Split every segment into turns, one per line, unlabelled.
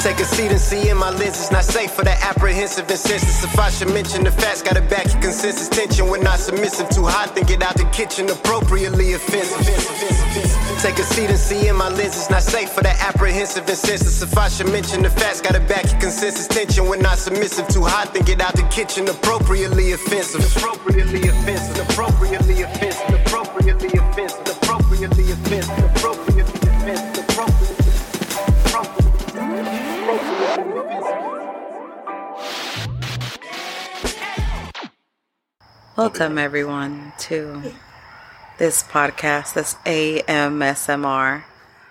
Take a seat and see in my lens. It's not safe for the apprehensive and senseless. If I should mention the facts, gotta back your consensus tension. When not submissive, too hot, then get out the kitchen appropriately offensive. Take a seat and see in my lens. It's not safe for the apprehensive and senseless. If I should mention the facts, gotta back your consensus tension. When not submissive, too hot, then get out the kitchen appropriately offensive. Appropriately offensive. Appropriately offensive. Appropriately offensive. Appropriately offensive. Appropriately offensive. Appropriately.
Welcome, everyone, to this podcast, this AMSMR.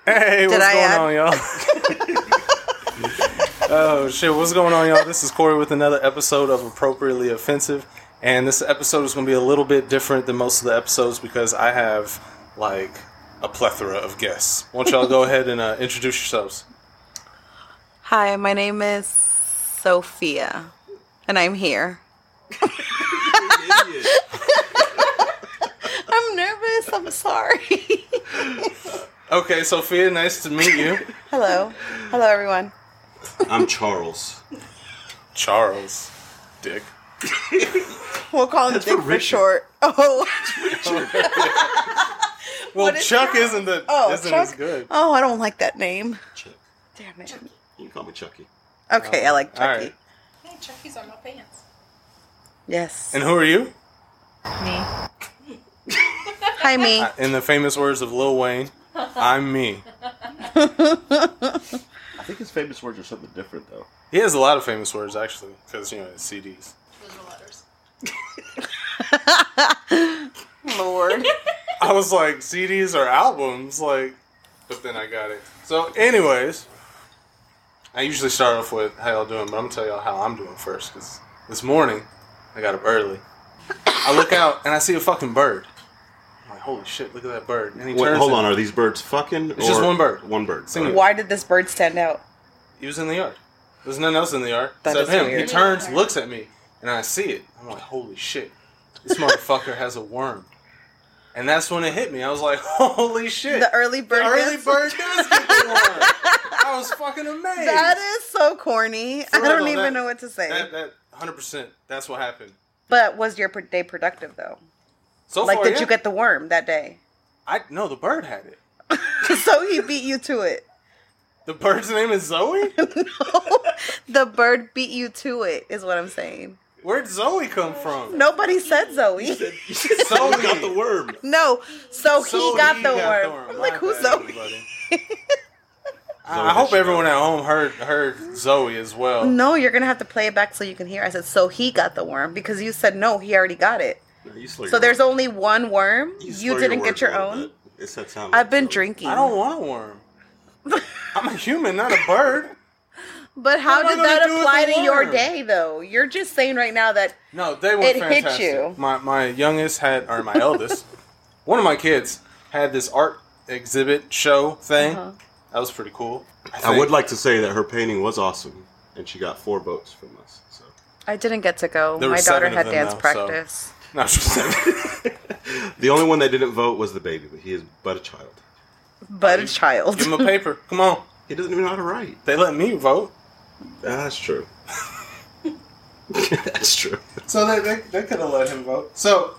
Hey, what's
I
going
add-
on, y'all? oh shit, what's going on, y'all? This is Corey with another episode of Appropriately Offensive, and this episode is going to be a little bit different than most of the episodes because I have like a plethora of guests. Won't y'all go ahead and uh, introduce yourselves?
Hi, my name is Sophia, and I'm here. I'm nervous. I'm sorry.
Okay, Sophia, nice to meet you.
Hello. Hello, everyone.
I'm Charles.
Charles, Dick.
We'll call him Dick for short. Oh,
Well,
What is
Chuck
Charles?
isn't the
oh,
isn't
Chuck-
as good.
Oh, I don't like that name.
Chuck.
Damn it.
You can call me Chucky.
Okay, I like
All
Oh, Chucky.
right,
Hey, Chucky's on my pants.
Yes.
and who are you?
Me.
Hi, me.
In the famous words of Lil Wayne, I'm me.
I think his famous words are something different, though.
He has a lot of famous words actually, because you know it's CDs.
Those are letters.
Lord.
I was like, CDs or albums, like, but then I got it. So, anyways, I usually start off with how y'all doing, but I'm gonna tell y'all how I'm doing first, because this morning I got up early. I look out and I see a fucking bird. I'm like, holy shit, look at that bird! And he
Wait,
turns.
hold on.
and-
Are these birds fucking?
It's just
or-
one bird.
One bird.
Single.
Why did this bird stand out?
He was in the yard. There's nothing else in the yard
That
except
is
him. He
weird.
turns, looks at me, and I see it. I'm like, holy shit, this motherfucker has a worm. And that's when it hit me. I was like, holy shit.
The early bird.
early
gets-
bird does get the worm. I was fucking amazed.
That is so corny. I
For
don't
real,
even
that-
know what to say.
that, that 100%. That's what happened.
but was your pr- day productive though?
So
Like,
far,
did
yeah.
you get the worm that day?
I no, the bird had it.
so he beat you to it.
The bird's name is Zoe.
the bird beat you to it, is what I'm saying.
Where'd Zoe come from?
Nobody said Zoe.
Zoe
Got the worm.
no, so,
Zoe
Oh, he got the
got
worm. I'm like,
My
who's
bad,
Zoe?
everybody. I I hope everyone at home heard heard Zoe as well.
No, you're gonna have to play it back so you can hear. I said, so he got the worm because you said no, he already got it.
No, you slur
So
your
there's
word.
only one worm. You,
slur
didn't
word
get your
a little
own.
bit. It's that time. of
I've been
the-
drinking.
I don't want a worm. I'm a human, not a bird.
But how
am I
did
gonna
that
do with
apply
the
to your
worm?
day, though? You're just saying right now that
No, they were
It hit
fantastic.
you.
My my youngest had or my eldest, one of my kids had this art exhibit show thing.
Uh-huh.
That was pretty cool.
I would
think.
like to say that her painting was awesome, and she got four votes from us. So
I didn't get to go.
There were
My daughter
seven
had
of them,
dance
though, so-
practice.
No, I'm just kidding.
the only one that didn't vote was the baby, but he is but a child.
But a child.
Give them a paper. Come on.
He doesn't even know how to write.
They let me vote. Ah,
That's true. That's true.
So they, they, they could have let him vote. So,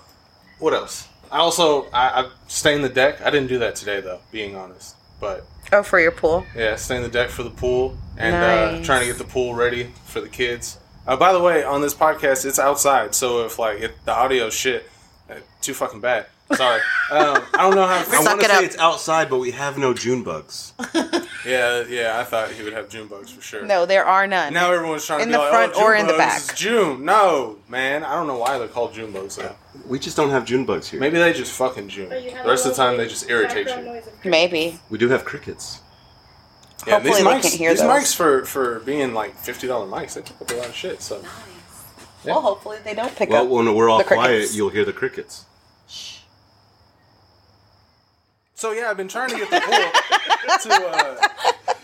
what else? I also I, I stained the deck. I didn't do that today though, being honest. But
oh, for your pool.
Yeah, staying the deck for the pool and uh,
Nice.
trying to get the pool ready for the kids. Uh, by the way, on this podcast, it's outside, so if like if the audio shit, uh, too fucking bad. Sorry, um, I don't know how. To
I
fix
Suck
want
it.
to
it
say
up.
it's outside, but we have no June bugs.
Yeah, yeah, I thought he would have June bugs for sure.
No, there are none.
Now everyone's trying
In
to be
the
like,
front
oh, June
or in the
bugs, it's
back.
June, no, man. I don't know why they're called June bugs. Though.
We just don't have June bugs here.
Maybe they just fucking June.
But you have
The rest
a
of the time,
little
they just irritate
background
you.
noise of-
Maybe.
We do have crickets.
Yeah, these
Hopefully they
mics,
can't hear
these
those.
mics for for being like fifty dollar mics, they took up a lot of shit. So. Yeah.
Well, hopefully they don't pick
Well,
up.
when we're all
the crickets.
quiet, you'll hear the crickets.
So yeah, I've been trying to get the pool to uh,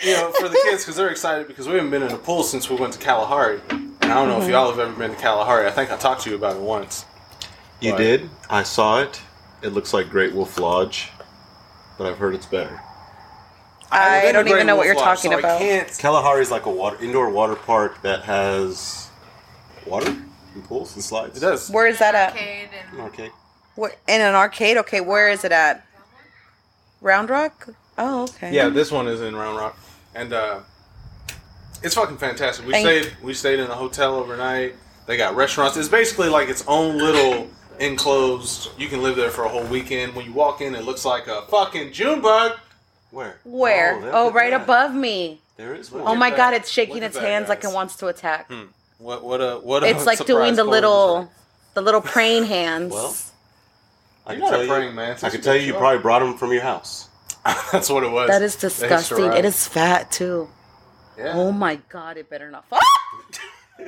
you know for the kids because they're excited because we haven't been in a pool since we went to Kalahari, and I don't know
Mm-hmm.
if y'all have ever been to Kalahari. I think I talked to you about it once.
You
Right.
did. I saw it. It looks like Great Wolf Lodge, but I've heard it's better.
I
live in
don't even know what
Great
you're
Wolf Lodge,
talking
so
about.
I can't.
Kalahari is like a water indoor water park that has water and pools and slides.
It does.
Where is that at?
Arcade and
Okay.
Where, in an arcade? Okay, where is it at? Round Rock? Oh, okay.
Yeah, this one is in Round Rock, and uh, it's fucking fantastic. We
And-
stayed we stayed in a hotel overnight. They got restaurants. It's basically like its own little enclosed. You can live there for a whole weekend. When you walk in, it looks like a fucking June bug.
Where?
Where?
look
Oh,
at
right
that.
above me.
There is
Oh
one.
Oh my
that.
god, it's shaking
Look at
its
that,
hands like
guys.
it wants to attack.
What what a what a
It's like doing
surprise
the
pose.
little the little praying hands.
Well, I
You're
can
not a
tell you-
praying mantis,
I can tell you, you
bitch.
probably brought them from your house.
That's what it was.
that is
They used to
disgusting.
ride.
It is fat too.
Yeah.
Oh my god, it better not fall.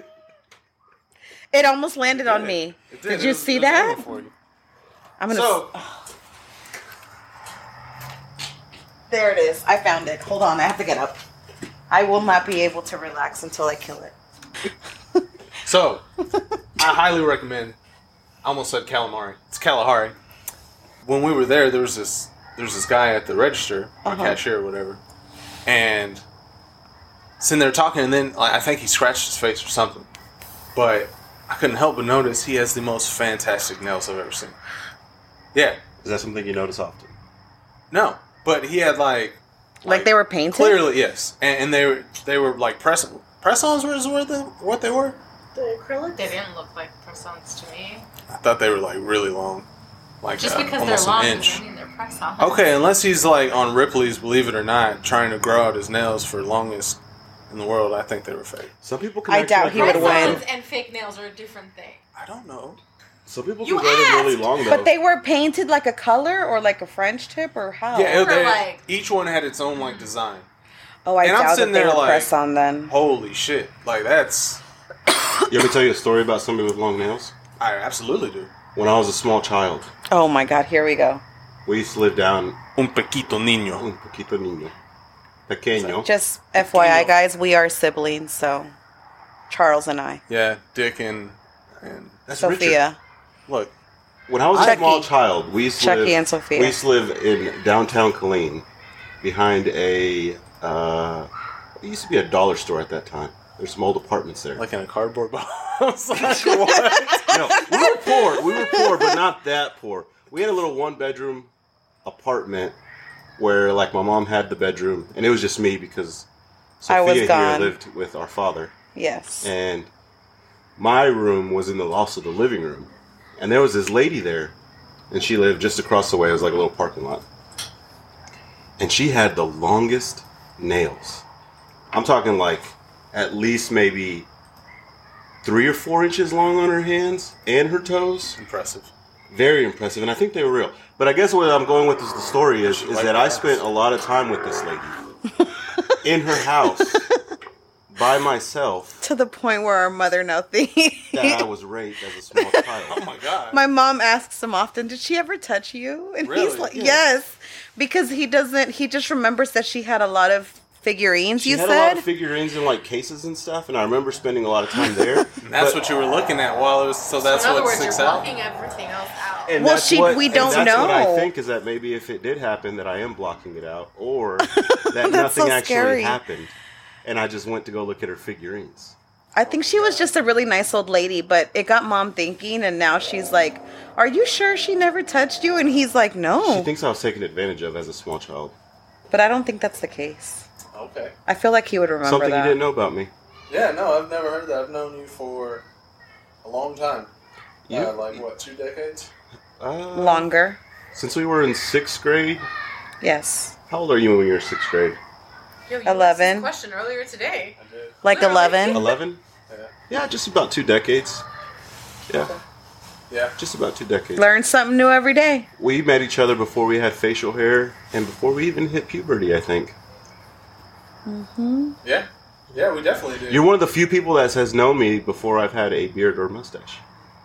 it almost landed on me.
It
Did
It
you
was-
see
it was
that?
waiting for you.
I'm gonna
So
There it is. I found it. Hold on, I have to get up. I will not be able to relax until I kill it.
So, I highly recommend. I almost said calamari. It's Kalahari. When we were there, there was this there was this guy at the register, or
Uh-huh.
cashier, or whatever, and sitting there talking, and then like, I think he scratched his face or something. But I couldn't help but notice he has the most fantastic nails I've ever seen. Yeah,
Is that something you notice often?
no, but he had like
Like they were painted?
clearly yes, and, and they were they were like press press-ons was what they, what they were.
the acrylic. They didn't look like press-ons to me.
I thought they were like really long, like
Just
uh,
because they're
almost
long
an
doesn't
inch.
mean they're press-ons.
Okay, unless he's like on Ripley's Believe It or Not, trying to grow out his nails for longest in the world, I think they were fake.
Some people can.
I
actually
doubt
like
he would
really
win.
long.
Press-ons and fake nails are a different thing.
I don't know.
Some people
You
can grow them really
asked!
long though.
But they were painted like a color or like a French tip or how?
Yeah, it,
Oh, Or
they,
like- Mm.
each one had its own like design.
oh, I
and
doubt
I'm
that
sitting
they
there
were
like-
press on then.
Holy shit! Like that's
You ever tell you a story about somebody with long nails?
I absolutely do.
When I was a small child,
Oh my god, here we go.
we used to live down
Un pequito niño.
un poquito niño, pequeño.
Just FYI, guys, we are siblings, so Charles and I.
Yeah, Dick and and
That's Richard.
Sophia.
look.
When I was
Chucky.
a small child, we used to
Chucky
live,
and Sophia.
We used to live in downtown Killeen, behind a. Uh, it used to be a dollar store at that time. There's some old apartments there.
Like in a cardboard box. like, what?
no, we were poor. We were poor, but not that poor. We had a little one bedroom apartment where, like, my mom had the bedroom, and it was just me because Sophia
I was
here
gone.
lived with our father,
Yes.
and my room was in the also the living room, and there was this lady there, and she lived just across the way. It was like a little parking lot, and she had the longest nails. I'm talking like at least maybe three or four inches long on her hands and her toes.
Impressive.
Very impressive, and I think they were real. But I guess what I'm going with is the story is is that I spent a lot of time with this lady in her house by myself.
to the point where our mother now thinks.
That I was raped as a small child.
Oh my god.
My mom asks him often, "Did she ever touch you?" And he's
Really?
like,
Yeah.
"Yes," because he doesn't. He just remembers that she had a lot of figurines.
She
you
had a
said,
lot of figurines and like cases and stuff, and I remember spending a lot of time there.
And that's
But-
what you were looking at while it was. So that's
In other
what
words,
sticks
you're
out.
blocking everything else out.
and
Well,
that's
she- we
and
don't
that's What
know.
I think is that maybe if it did happen, that I am blocking it out, or that
That's so
nothing actually
scary.
happened, and I just went to go look at her figurines.
I think she was just a really nice old lady, but it got mom thinking, and now she's like, "Are you sure she never touched you?" And he's like,
She
"No,"
thinks I was taken advantage of as a small child.
but I don't think that's the case.
Okay.
I feel like he would remember
Something
that.
you didn't know about me.
Yeah, no, I've never heard that. I've known you for a long time.
You-
Uh, like what, two decades?
Uh,
Longer,
Since we were in sixth grade,
yes,
how old are you when you were sixth grade?
Yo, you asked this
11.
question earlier today.
I did.
like
Literally.
eleven.
Eleven?
Yeah.
Yeah, just about two decades. Yeah,
Yeah.
just about two decades.
Learn something new every day.
We met each other before we had facial hair and before we even hit puberty, I think.
Yeah. Yeah, we definitely did.
You're one of the few people that has known me before I've had a beard or mustache.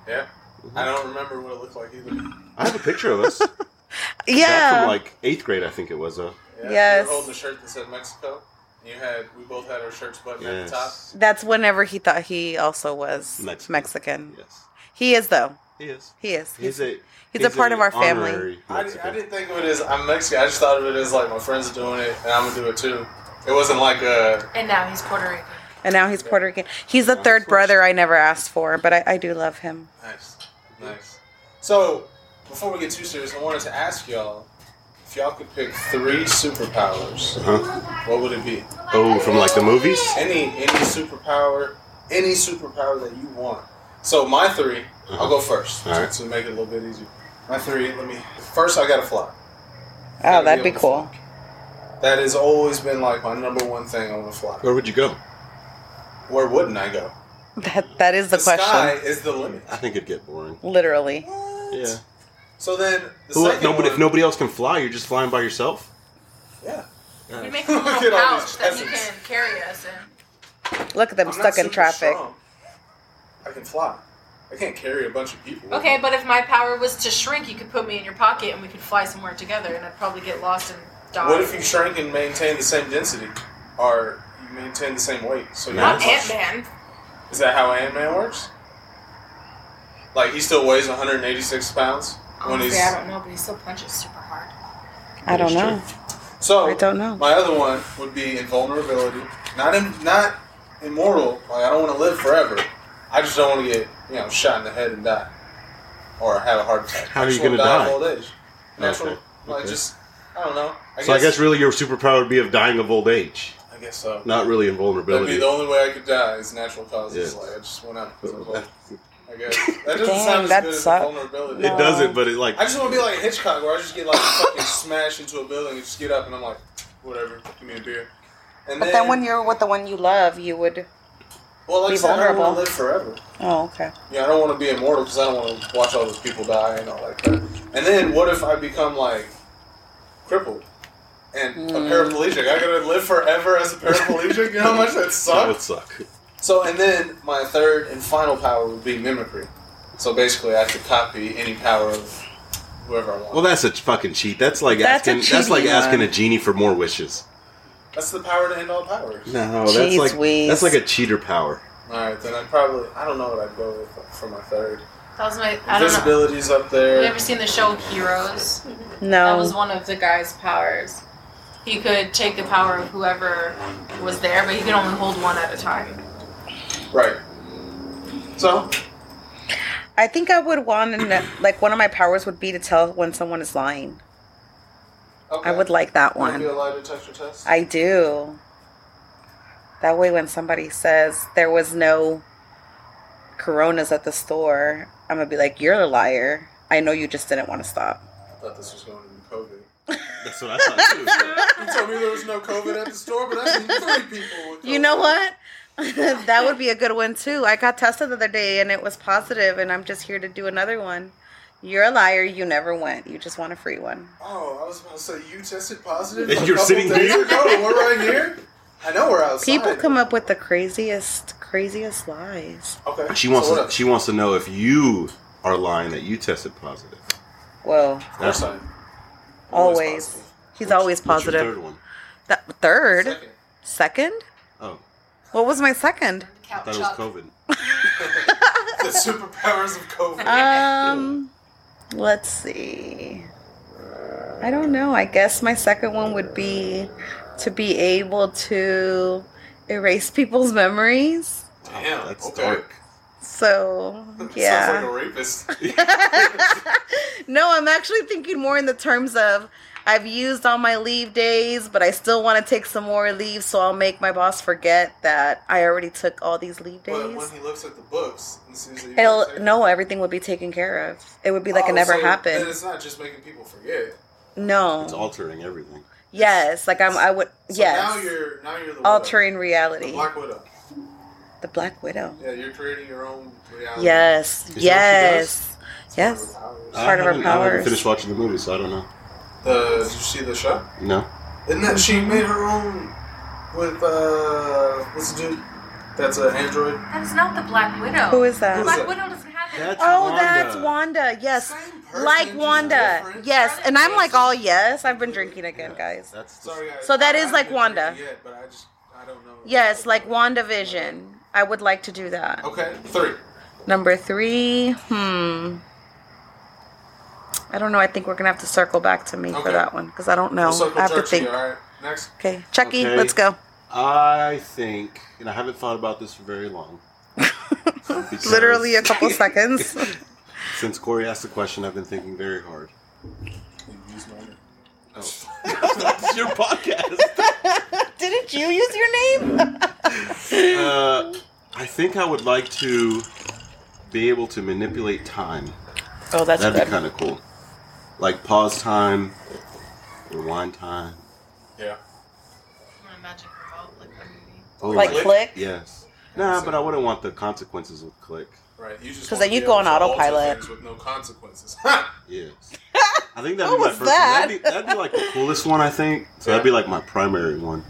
yeah.
Mm-hmm.
I don't remember what it looked like either.
I have a picture of us. Back
Yeah,
from like eighth grade, I think it was, uh, though.
Yeah.
Yes.
You were holding a shirt that said Mexico. And you had we both had our shirts buttoned at the top.
Yes.
that's whenever he thought he also was
Mexican.
Mexican.
Yes.
He is though.
He is.
He is.
He's a.
he's a part of our family.
honorary
I, I
Mexican.
didn't think of it as I'm Mexican. I just thought of it as like my friends are doing it and I'm gonna do it too. It wasn't like a
And now he's Puerto Rican.
And now he's Puerto Rican. He's the third brother I never asked for, but I, I do love him.
nice, nice. So before we get too serious, I wanted to ask y'all if y'all could pick three superpowers.
Huh?
What would it be?
Oh, from like the movies.
Any any superpower, any superpower that you want. So my 3 i
Mm-hmm.
I'll go 1st
All right.
to make it a little bit easier. My three. Let me first. I gotta fly.
Oh, that'd be cool.
That has always been like my number one thing. I want to fly.
Where would you go?
Where wouldn't I go?
That that is the,
sky
question.
is the limit.
I think it'd get boring.
Literally.
Yeah.
So then, the
Who,
second
nobody,
one,
if nobody else can fly, you're just flying by yourself.
yeah,
You make a little
Look at all these
pouch that he
cousins.
can carry us in.
Look at them
I'm not
stuck in
super
traffic.
strong. I can fly. I can't carry a bunch of people.
Okay, but if my power was to shrink, you could put me in your pocket and we could fly somewhere together, and I'd probably get lost and die.
What if you shrink and maintain the same density, or you maintain the same weight? So you're
Not
Yeah.
Ant Man.
Is that how Ant Man works? Like he still weighs 186 pounds when he's.
Honestly, I don't know, but he still punches super hard.
I don't
That's
know.
So
I don't know.
My other one would be invulnerability. Not in, not immortal. Like I don't want to live forever. I just don't want to get you know shot in the head and die, or have a heart attack.
How
I
are
just
you gonna
wanna die?
die?
Of old age. Natural.
Okay,
Like
okay.
just I don't know. I
So I guess really your superpower would be of dying of old age,
I guess so.
not really
That'd be
invulnerability.
the only way I could die is natural causes.
Yeah.
Like I just went out. 'cause I'm
uh,
old.
It
I guess that doesn't
Dang,
sound as
that
good
sucked.
as invulnerability.
No.
doesn't, but it like
Uh, I just want to be like Hitchcock, where I just get like fucking smashed into a building and just get up and I'm like, whatever, give me a beer. And
But then when you're with the one you love, you would
well, like
be
I said, I don't want
vulnerable.
to live forever.
Oh, okay.
Yeah, I don't want to be immortal because I don't want to watch all those people die and all like that. And then what if I become like crippled and a
Hmm.
paraplegic? I gotta live forever as a paraplegic. you know how much that
that would
sucks.
suck.
So, and then my third and final power would be mimicry. So basically, I could copy any power of whoever I want.
Well, that's a fucking cheat. That's like
That's a
asking. That's like
cheating uh,
asking
one.
a genie for more wishes.
that's the power to end all powers.
No, that's
Jeez
like
Louise.
that's like a cheater power.
All right, then I probably I don't know what I'd go with for my third.
That was my. I don't know.
Invisibility's up there.
Have you ever seen the show Heroes? That was
No.
one of the guy's powers. He could take the power of whoever was there, but he could only hold one at a time.
Right. So
I think I would want to know, like one of my powers would be to tell when someone is lying.
okay.
I would like that
Wanna Be
one.
allowed to touch your test.
I do. That way when somebody says there was no coronas at the store, I'm gonna be like, You're a liar. I know you just didn't want to stop.
I thought this was going to be COVID.
That's what I thought too.
You told me there was no COVID at the store, but I knew three people. With
You know what? that would be a good one too. I got tested the other day and it was positive, and I'm just here to do another one. You're a liar. You never went. You just want a free one.
Oh, I was about to say you tested positive.
And
a
you're
couple
sitting
days
here?
Ago. We're right here. I know we're outside.
People come up with the craziest, craziest lies.
Okay.
She wants.
So what
to,
else?
she wants to know if you are lying that you tested positive.
Whoa.
Of course I am.
Always.
positive.
He's always
What's your
positive.
third one?
That, third?
Second.
Second?
Oh,
What was my second?
Couch
I thought it was
up.
COVID.
The superpowers of COVID.
Um, let's see. I don't know. I guess my second one would be to be able to erase people's memories.
Damn,
that's
okay.
dark.
So,
Sounds like
yeah.
a rapist.
no, I'm actually thinking more in the terms of I've used all my leave days, but I still want to take some more leave, so I'll make my boss forget that I already took all these leave
But when
days.
he looks at the books and sees that you
It'll no, everything would be taken care of. It would be like it never
And
happened.
it's not just making people forget.
No.
It's altering everything.
Yes, like I'm. I would.
So
yes.
Now you're now you're the
altering
widow.
reality.
The Black Widow.
The Black Widow.
Yeah, you're creating your own reality.
Yes.
what she
yes. Yes. Part
The,
I
of her
haven't- I haven't
powers.
finished watching the movie, so I don't know.
Uh, did you see the show?
No.
Isn't that she made her own with uh what's the dude? That's an android.
That is not the Black Widow.
Who is that?
Who
Black
is it?
Widow doesn't have it.
That's-
oh,
Wanda.
that's Wanda. Yes.
Same person,
Like
just
Wanda.
different.
Yes. And I'm like, all yes. I've been
Yeah.
drinking again, guys.
That's
Sorry, guys.
So that
I
is
haven't
like
been
Wanda.
drinking Yet, but I just I don't know. Oh.
Yes, like WandaVision. I would like to do that.
Okay, three.
Number three, hmm. I don't know. I think we're gonna have to circle back to me
Okay.
for that one because I don't know.
We'll circle
I have
jerky,
to think.
All right, next.
Okay, Chucky,
Okay.
let's go.
I think, and I haven't thought about this for very long. because
Literally a couple seconds.
Since Corey asked the question, I've been thinking very hard. Oh. That's your podcast.
Didn't you use your name?
Uh, I think I would like to be able to manipulate time.
Oh, that's
That'd be
good.
kind of cool. Like pause time, rewind time.
Yeah.
I'm a magic revolt, like the movie.
Oh,
Like
right.
click?
Yes. Nah, but I wouldn't want the consequences with click.
Right. You just
'Cause
want
then
to
you
be
go
able
on
to alter
autopilot.
things With no consequences. Ha!
Yes. I think that'd
What
be
was
my first one.
that?
That'd be, that'd be like the coolest one, I think. So that'd be like my primary one.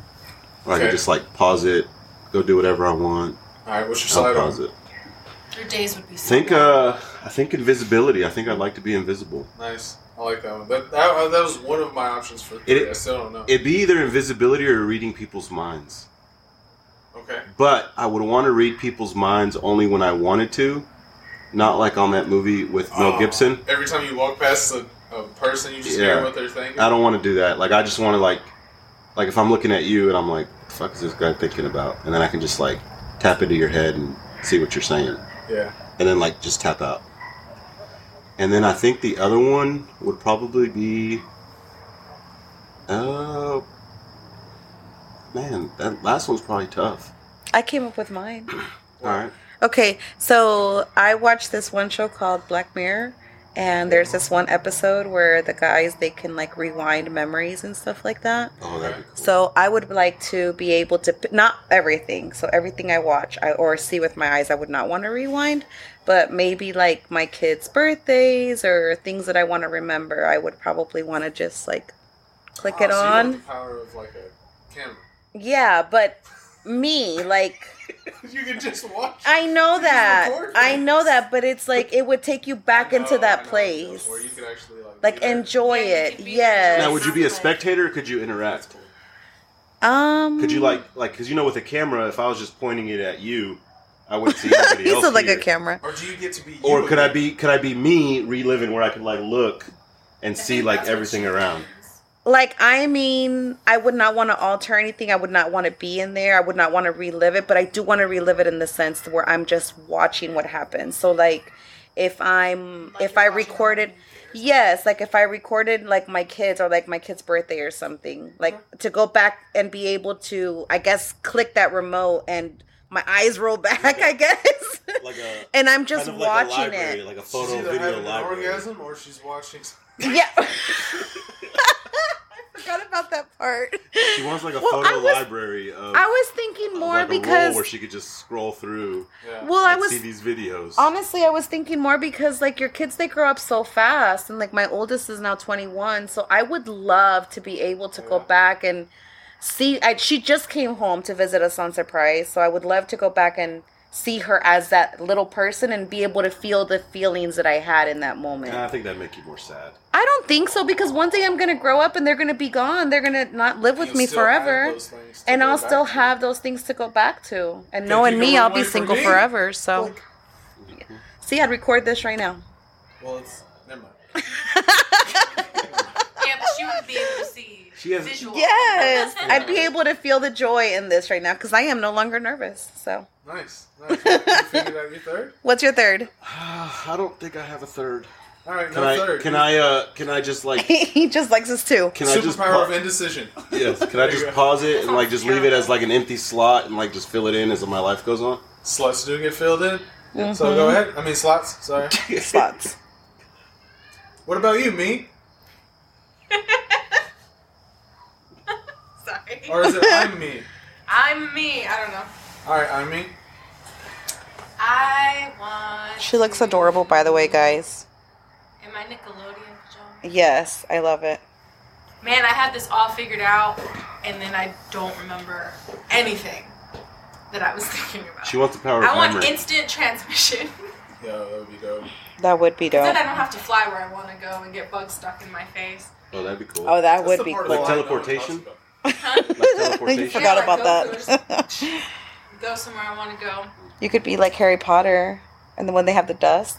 Where I could
Okay.
just like pause it, go do whatever I want.
All right. What's your
I'll
side
pause
on?
it.
Your days would be so
Think,
long.
uh, I think invisibility. I think I'd like to be invisible.
Nice. I like that one. That, uh, that, that was one of my options for three. I still don't know.
It'd be either invisibility or reading people's minds.
okay.
But I would want to read people's minds only when I wanted to, not like on that movie with Mel
Oh,
Gibson.
Every time you walk past a, a person, you just
Yeah.
hear what they're thinking.
I don't want to do that. Like I just want to like, like if I'm looking at you and I'm like, "The "Fuck is this guy thinking about?" and then I can just like tap into your head and see what you're saying,
Yeah.
and then like just tap out. And then I think the other one would probably be, uh, man, that last one's probably tough.
I came up with mine.
All right,
Okay, so I watched this one show called Black Mirror, and there's this one episode where the guys they can like rewind memories and stuff like that.
oh that'd be cool.
So I would like to be able to not everything. So everything I watch I, or see with my eyes, I would not want to rewind. But maybe like my kids' birthdays or things that I want to remember, I would probably want to just like click
Oh,
it
so you want
on.
the power of like a camera.
Yeah, but me like
you can just watch.
I know that
record
I
it.
know that, but it's like it would take you back into
Oh, I
that
know.
place.
Where you could actually like.
Like
be there.
enjoy
Yeah, you
it.
could be-
Yes.
Now, would you be a spectator? or Could you interact?
um
Could you like like because you know with a camera, if I was just pointing it at you, I would see everybody
He's
else.
like a
here.
camera.
Or do you get to be? You
Or could I
again?
be could I be me reliving where I could like look and
I
see
think
like
that's what
everything
she
around?
means.
Like I mean, I would not want to alter anything. I would not want to be in there. I would not want to relive it, but I do want to relive it in the sense where I'm just watching what happens. So like if I'm
Like
if
you're
I
watching
recorded yes, like if I recorded like my kids or like my kid's birthday or something, like
Uh-huh.
to go back and be able to I guess click that remote and my eyes roll back, I guess.
Like a
and I'm just
kind of like a
watching
library,
it.
like a
She's
photo
either
video
having an
library.
orgasm or she's watching.
Yeah. I forgot about that part.
She wants like a
Well,
photo
I was-
library of
I was thinking
of,
more
like, a roll
because
where she could just scroll through
Yeah.
well, I
and
was
see these videos.
honestly I was thinking more because like your kids they grow up so fast and like my oldest is now 21, so I would love to be able to go
Yeah.
back and see I, she just came home to visit us on surprise, so I would love to go back and see her as that little person and be able to feel the feelings that I had in that moment.
And I think that'd make you more sad.
I don't think so because one day I'm gonna grow up and they're gonna be gone. They're gonna not live with
You'll
me
still have
forever,
those things to
and
go
I'll
back
still
to.
have those things to go back to. And
Thank
knowing
you,
me,
you're
I'll
my
be
wife for
single
me.
forever. So,
Look.
see, I'd record this right now.
Well, it's never mind.
Yeah, but she would be able to see
She has-
visual.
Yes, I'd be able to feel the joy in this right now because I am no longer nervous. So,
Nice. Nice. you figured out your third.
what's your third?
I don't think I have a third.
All right.
Can
no
I
third.
can I uh can I just like
he just likes us too.
can I just
Superpower
pa-
of indecision.
Yes. Can
There
I
you
just
go.
pause it and like just leave it as like an empty slot and like just fill it in as my life goes on?
Slots do get filled in. So
Mm-hmm.
go ahead. I mean slots. Sorry.
Slots.
What about you, me?
Sorry.
Or is it I'm me?
I'm me. I don't know.
All right, I'm me.
I want.
She looks adorable, by the way, guys.
In my Nickelodeon pajamas.
Yes, I love it.
Man, I had this all figured out, and then I don't remember anything that I was thinking about.
She wants the power of
I want
memory.
instant transmission.
Yo, that would be dope.
That would be dope.
then I don't have to fly where I want to go and get bugs stuck in my face.
oh, that'd be cool.
Oh, that
That's
would
the
be
part
cool.
of
Like
the line no one
teleportation?
talks about.
like
you
teleportation.
forgot
Yeah, like
about
those
that.
Go somewhere I want to go.
you could be like Harry Potter. And then when they have the dust,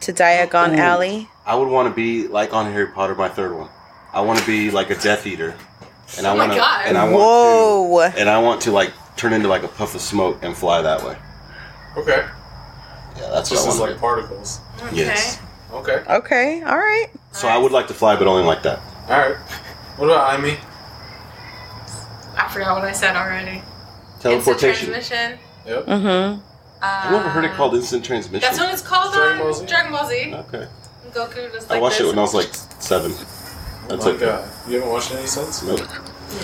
to Diagon
Ooh.
Alley.
I would want to be like on Harry Potter, my third one. I want to be like a Death Eater, and I
Oh my
want to,
God.
and I want
Whoa!
to, and I want to like turn into like a puff of smoke and fly that way.
Okay.
Yeah, that's
Just
what
as
I
like
want.
particles.
Okay.
to Yes.
Okay.
Okay, all right.
So I would like to fly, but only like that.
All right. What about Amy?
I forgot what I said already.
Teleportation.
Instant transmission.
Yep.
Mm-hmm.
I've never heard it
Uh,
called instant transmission.
That's what it's called
Dragon
on
Ball Z?
Dragon Ball Z.
okay.
Goku does
I
like
watched
this.
it when I was like seven. That's
oh my
okay.
god. You haven't watched any since?
Nope.
You need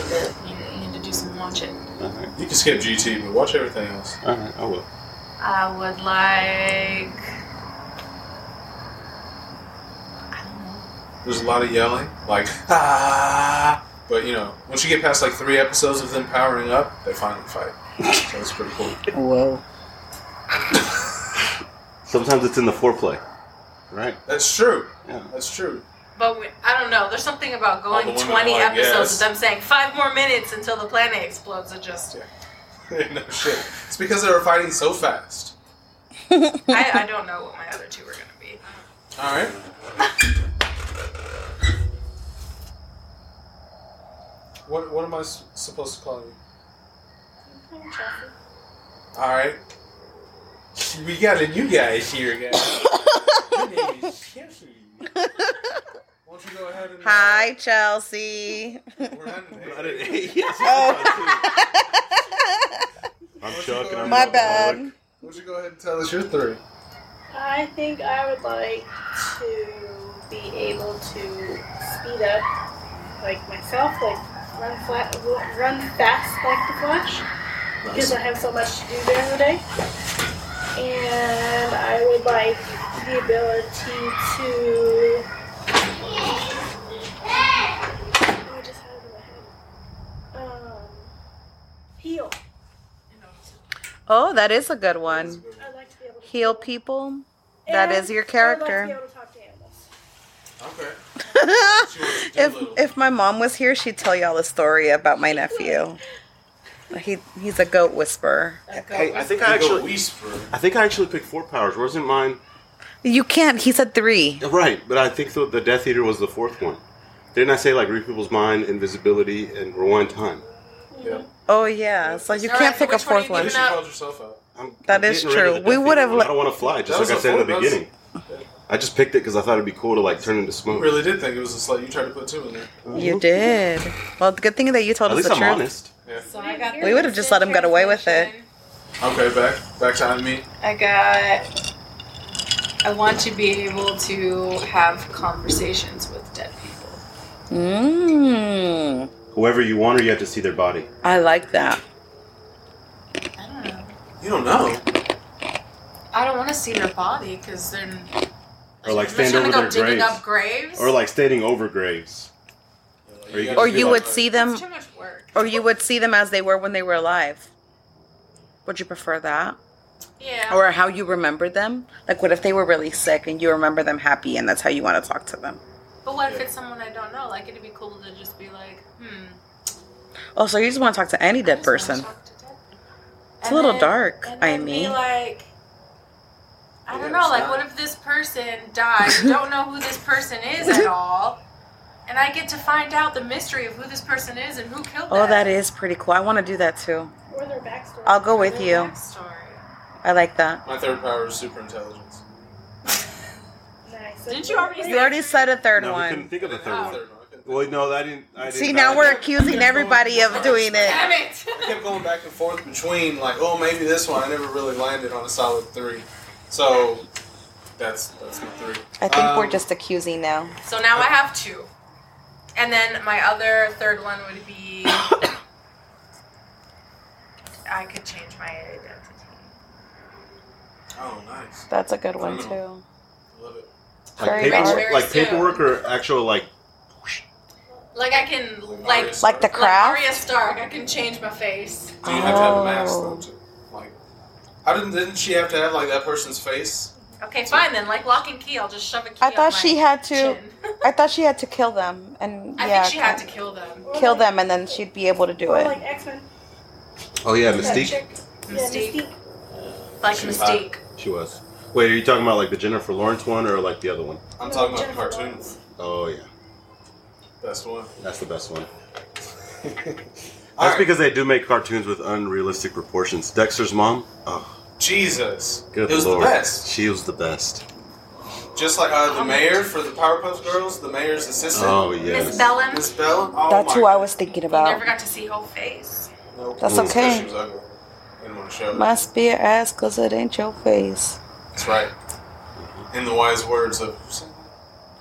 to- you need to do some watching.
All right.
You can skip GT, but watch everything else.
All right. I will.
I would like. I don't know.
There's a lot of yelling, like ah. But you know, once you get past like three episodes of them powering up, they finally fight. So it's pretty cool.
Whoa.
Sometimes it's in the foreplay, right?
That's true.
Yeah.
That's true.
But we, I don't know. There's something about going
the women
20
are like,
episodes
yes.
with them saying five more minutes until the planet explodes. It just
no shit. It's because they were fighting so fast.
I, I don't know what my other two are gonna be.
All right. What, what am I s- supposed to call you? All right. We got a new guy here, guys. Your name is Chelsea. Won't you go ahead and uh,
Hi, Chelsea.
We're not an
Not
eight.
an eight. Yes, I'm Chuck, and I'm
Oh. My
an
bad.
Why don't you go ahead and tell us your three?
I think I would like to be able to speed up like myself, like run flat, run fast like the Flash, because I have so much to do during the day. And I would like the ability to. Oh, I just had it in my head. Um, heal.
Oh, that is a good one.
I'd like to be able to
Heal people. That is your
I would like to be
character.
able to talk to animals.
Okay.
If if my mom was here, she'd tell y'all a story about my nephew. He he's a goat whisperer.
Hey, I think I
I actually
actually,
whisper.
I think I actually picked four powers. Wasn't mine
You can't. He said three.
right? But I think the, the Death Eater was the fourth one. Didn't I say like read people's mind, invisibility, and rewind time?
Yeah.
Oh yeah. So you can't pick a fourth
At
one.
least you called yourself out.
I'm,
That
I'm
is
getting rid of
true.
the
We
Death
would've
Eater.
let-
I don't want to fly,
That
just
was
like I
the
said in the
fourth- that was-
beginning. I just picked it because I thought it'd be cool to like turn into
You
smoke.
really did think it was a slut. You tried to put two in there.
You did. Well, the good thing that you told
At
us
least
the
I'm
truth.
honest.
Yeah.
So I got.
We would've just let him get away with it.
Okay, back back to me.
I got. I want to be able to have conversations with dead people.
Mmm.
Whoever you want, or you have to see their body.
I like that.
I don't know.
You don't know.
I don't want to see their body because they're.
Or, like,
I'm
stand
not trying to
over their
go digging
graves.
up graves.
Or like standing over graves. Or you
gotta
Or
be
you
like-
would see them,
It's too much work.
or you would see them as they were when they were alive. Would you prefer that,
Yeah.
or how you remember them? Like, what if they were really sick and you remember them happy, and that's how you want to talk to them?
But what if it's someone I don't know? Like it'd be cool to just be like, hmm.
Oh, so you just want to talk to any dead
just wanna
person?
talk to dead people.
It's
And
a little
then-
dark,
and
I
then be
mean.
like, I
Yeah,
don't
it's
know. Like,
not-
what if this person died? You don't know who this person is at all, and I get to find out the mystery of who this person is and who killed them.
Oh, that is pretty cool. I want to do that too.
Or their backstory.
I'll go with
Their
you.
backstory.
I like that.
My third power is super intelligence.
Nice.
Didn't you already
You already said a third
No, we couldn't
one.
think of a third one.
one.
Well, no, I didn't. I didn't
See, now we're
validate.
accusing everybody of doing it.
Damn it!
I kept going back and forth between like, oh, maybe this one. I never really landed on a solid three. So that's that's my three.
I think we're
Um,
just accusing now.
so now I have two, and then my other third one would be I could change my identity.
Oh, nice.
That's a good one too.
Love it.
like,
Very
paperwork,
dark.
like paperwork or actual like.
Like I can
Arya
like
Stark.
Like the
like
craft.
Arya Stark. I can change my face.
Do you have to have a
Oh.
mask though? Too? Like, how didn't didn't she have to have like that person's face?
Okay, fine then. Like lock and key, I'll just shove a key.
I
up
thought
my
she had to-
chin.
I thought she had to kill them, and
I
yeah,
think she had to kill them.
Or
kill
like-
them, and then she'd be able to do
Or
it.
like X Men.
Oh yeah,
That
Mystique.
chick. Yeah,
Mystique.
Mystique.
Like
She was hot.
Mystique.
She was. Wait, are you talking about like the Jennifer Lawrence one or like the other one?
I'm
No,
talking about the
Jennifer
cartoon.
Lawrence.
Oh yeah,
Best one.
that's the best one.
All
That's
right.
because they do make cartoons with unrealistic proportions. Dexter's mom. Oh,
Jesus.
good
it was
lord.
the best.
She was the best.
Just like uh, the mayor for the Powerpuff Girls, the mayor's assistant.
Oh
Miss
yes.
Bellum.
Miss Bell. Oh,
That's
my
who I
God.
was thinking
Never
about.
got to see her face.
Nope.
That's
Because
okay.
She was ugly. Didn't want to show it.
My spear ass, cause it ain't your face.
That's right. In the wise words of.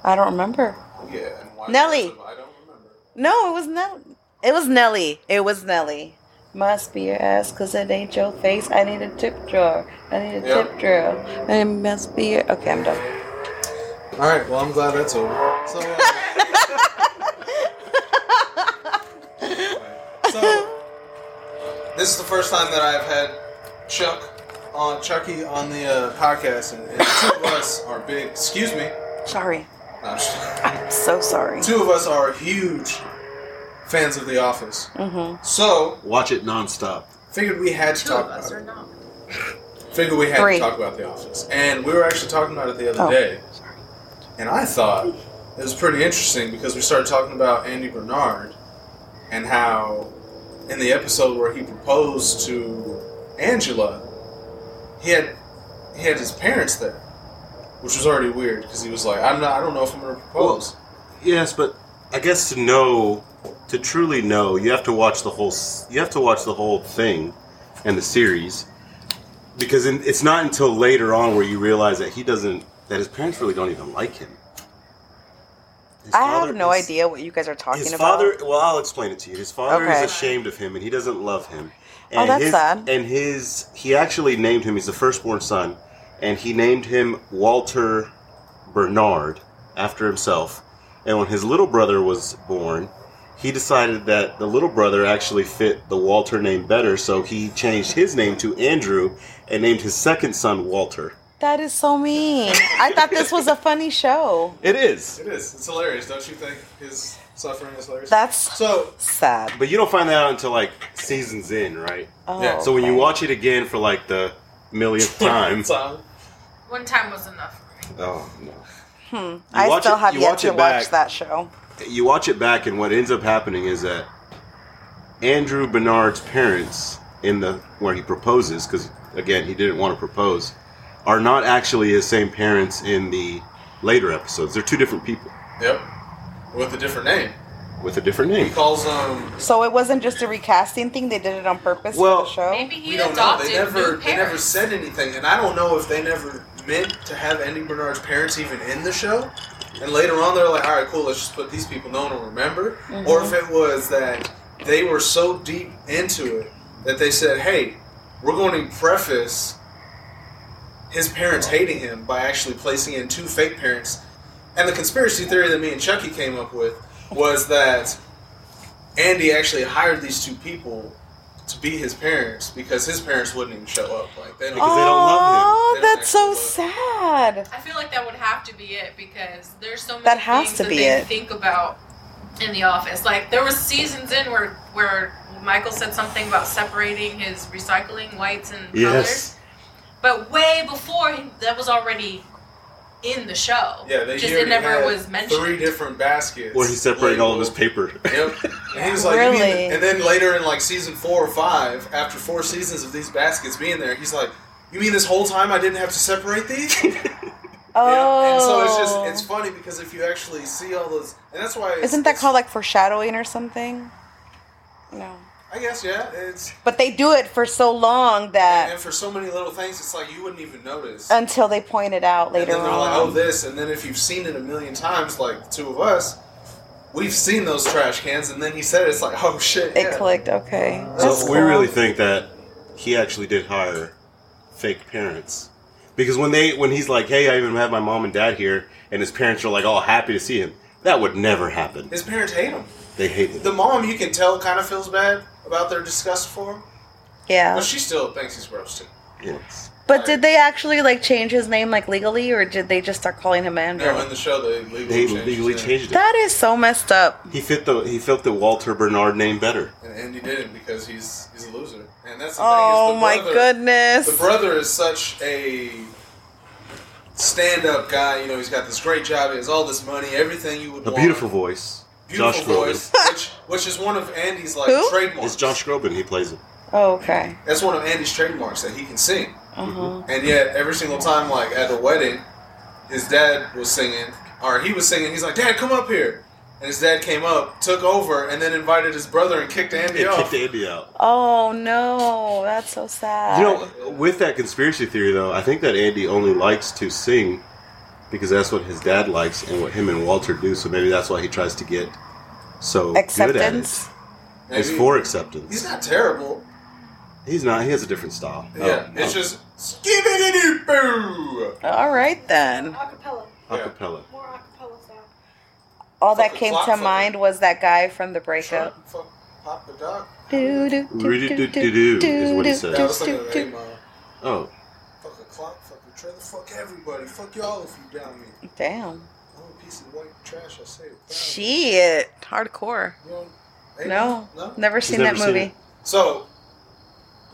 I don't remember.
Yeah. In wise
Nelly.
Words of, I don't remember.
No, it was Nelly. It was Nelly. It was Nelly. My spear ass, cause it ain't your face. I need a tip drawer. I need a
Yeah.
tip drawer. I need my spear. Okay, I'm done.
All right. Well, I'm glad that's over. So, uh, so this is the first time that I've had Chuck on Chucky on the uh, podcast, and, and two of us are big. Excuse me.
Sorry.
No, I'm just-
I'm so sorry.
two of us are huge fans of The Office.
Mm.
Mm-hmm. So
Watch it nonstop.
figured we had to
Two
talk
of
about
us
it.
are not.
Figured we had
Three.
to talk about The Office. And we were actually talking about it the other
Oh.
day. And I thought it was pretty interesting because we started talking about Andy Bernard and how in the episode where he proposed to Angela, he had he had his parents there, which was already weird because he was like, "I'm not. I don't know if I'm going to propose."
Yes, but I guess to know, to truly know, you have to watch the whole. s- You have to watch the whole thing, and the series, because in, it's not until later on where you realize that he doesn't. That his parents really don't even like him. His
I have
father
no
is-
idea what you guys are talking
His
about.
father. Well, I'll explain it to you. His father
Okay.
is ashamed of him, and he doesn't love him.
Oh,
And
that's
his,
sad.
And his he actually named him. He's the firstborn son, and he named him Walter Bernard after himself. And when his little brother was born, he decided that the little brother actually fit the Walter name better, so he changed his name to Andrew and named his second son Walter.
That is so mean. I thought this was a funny show.
It is.
It is. It's hilarious, don't you think? His suffering is hilarious.
That's
so
sad.
But you don't find that out until like seasons in, right?
Oh,
Yeah,
So when you
okay.
watch it again for like the millionth time,
Tom,
One time was enough for me.
oh no,
Hmm. I
watch
still
it-
have
you
yet
watch
to
it back.
watch that show.
you watch it back, and what ends up happening is that Andrew Bernard's parents, in the where he proposes, because again he didn't want to propose, are not actually his same parents in the later episodes. They're two different people
Yep. With a different name.
with a different
He
name.
calls um
So it wasn't just a recasting thing; they did it on purpose
Well-
for the show.
Maybe he
we don't know.
adopted
They never
new
they never
parents.
said anything, and I don't know if they never meant to have Andy Bernard's parents even in the show. And later on, they're like, "All right, cool. Let's just put these people. No one will remember." Or if
Mm-hmm.
it was that they were so deep into it that they said, "Hey, we're going to preface his parents hating him by actually placing in two fake parents." And the conspiracy theory that me and Chucky came up with was that Andy actually hired these two people to be his parents because his parents wouldn't even show up. Like they don't.
Because they don't love him.
Oh,
They don't
that's so
actually
sad.
I feel like that would have to be it because there's so many
That has
things
to
that
be
they
it.
think about in the office. Like there was seasons in where where Michael said something about separating his recycling whites and
Yes.
colors, but way before he- that was already in the show.
Yeah, they
just
he
it never
already
was
had
mentioned.
Three different baskets.
Where he's separating all of his
labeled.
paper.
Yep. And he was like, you mean-
Really?
and then later in like season four or five, after four seasons of these baskets being there, he's like, you mean this whole time I didn't have to separate these?
Oh,
And so it's just it's funny because if you actually see all those, and that's why it's,
isn't that
it's-
called like foreshadowing or something? No,
I guess yeah. It's
but they do it for so long that
and for so many little things, it's like you wouldn't even notice.
until they point it out later
and then they're
on.
like, oh, this, and then if you've seen it a million times, like the two of us, we've seen those trash cans, and then he said it, it's like, oh shit,
it
yeah.
clicked. Okay,
So
That's
we
cool.
really think that he actually did hire fake parents because when they when he's like, "Hey, I even have my mom and dad here," and his parents are like all happy to see him, that would never happen.
His parents hate him.
They hated
The
him.
mom, you can tell, kind of feels bad about their disgust for him,
yeah.
but she still thinks he's gross too.
Yes.
But did they actually like change his name like legally, or did they just start calling him Andrew?
No, in the show they legally,
They
changed,
legally
it.
changed it.
that is so messed up.
He fit the he fit the Walter Bernard name better.
and Andy didn't because he's he's a loser. And that's the
Oh
thing. is the
my
brother-
goodness!
The brother is such a stand-up guy. You know, he's got this great job. He has all this money, everything you would
A
want.
beautiful voice.
beautiful
Josh
voice,
Groban.
which which is one of Andy's like
Who?
trademarks.
It's Josh Groban. He plays it.
oh, okay.
That's one of Andy's trademarks that he can sing.
Uh-huh.
And yet, every single time, like at the wedding, his dad was singing, or he was singing. He's like, "Dad, come up here." And his dad came up, took over, and then invited his brother and kicked Andy
It
off.
kicked Andy out.
Oh no, that's so sad.
You
Uh,
know, with that conspiracy theory though, I think that Andy only likes to sing because that's what his dad likes and what him and Walter do. So maybe that's why he tries to get so good at
acceptance.
it. It's for acceptance.
He's not terrible.
He's not. He has a different style.
yeah,
Oh,
it's
oh,
just skibbity boo.
All right then.
Acapella.
acapella.
More acapella style.
All that
Fucking
came
clock
to
fucker.
mind was that guy from the breakup.
Shut the fuck- Pop the dog.
Do, do, do, do,
Roo-doo-doo-doo-doo is what he
do,
says.
Yeah, I was
do,
thinking of
do,
that, Mom.
Oh,
Fuck a clock, fuck a trailer, fuck everybody, fuck y'all if you down me.
do. Damn.
I'm a piece of white trash, I say it. proud.
Shit. Hardcore.
You don't- ain't
No.
you? No?
Never seen
never
that
seen
movie.
So,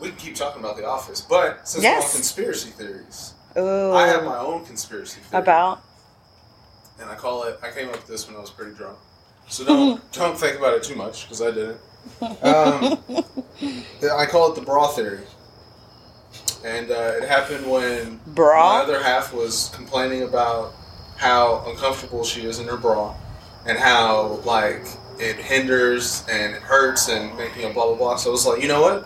we can keep talking about The Office, but since we're on
Yes.
conspiracy theories, I have
Ooh.
my own conspiracy theory.
About.
And I call it, I came up with this when I was pretty drunk. So don't, don't think about it too much, because I didn't. Um, I call it the bra theory. And uh, it happened when my
Bra.
other half was complaining about how uncomfortable she is in her bra and how like it hinders and it hurts and you know blah blah blah. So I was like, you know what?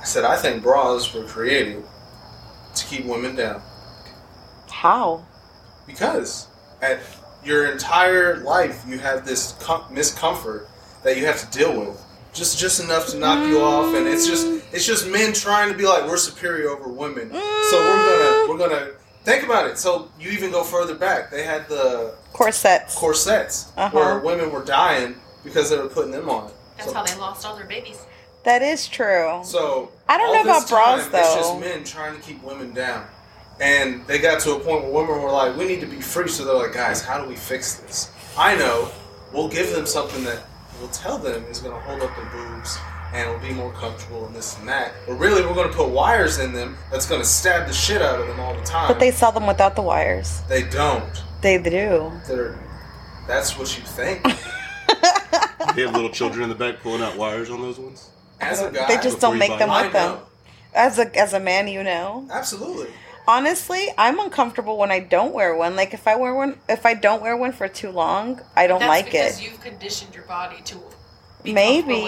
I said I think bras were created to keep women down
How?
because at your entire life you have this com- miscomfort that you have to deal with just just enough to knock you off and it's just it's just men trying to be like we're superior over women so we're gonna we're gonna think about it so you even go further back they had the
Corsets.
corsets
Uh-huh.
where women were dying because they were putting them on
That's
so,
how they lost all their babies.
That is true.
so
I don't
all
know about
this
bras,
time, It's
though.
just men trying to keep women down, and they got to a point where women were like, "We need to be free." So they're like, "Guys, how do we fix this?" I know. We'll give them something that we'll tell them is going to hold up their boobs and it'll be more comfortable and this and that. But really, we're going to put wires in them that's going to stab the shit out of them all the time.
But they sell them without the wires.
they don't.
They do.
They're that's what you think.
they have little children in the back pulling out wires on those ones.
As a guy,
They just
Before
don't
you
make
buy
them
it.
I
with them.
know
As a as a man, you know.
absolutely.
Honestly, I'm uncomfortable when I don't wear one. Like if I wear one, if I don't wear one for too long, I don't
That's
like
because
it.
you've conditioned your body to be comfortable with a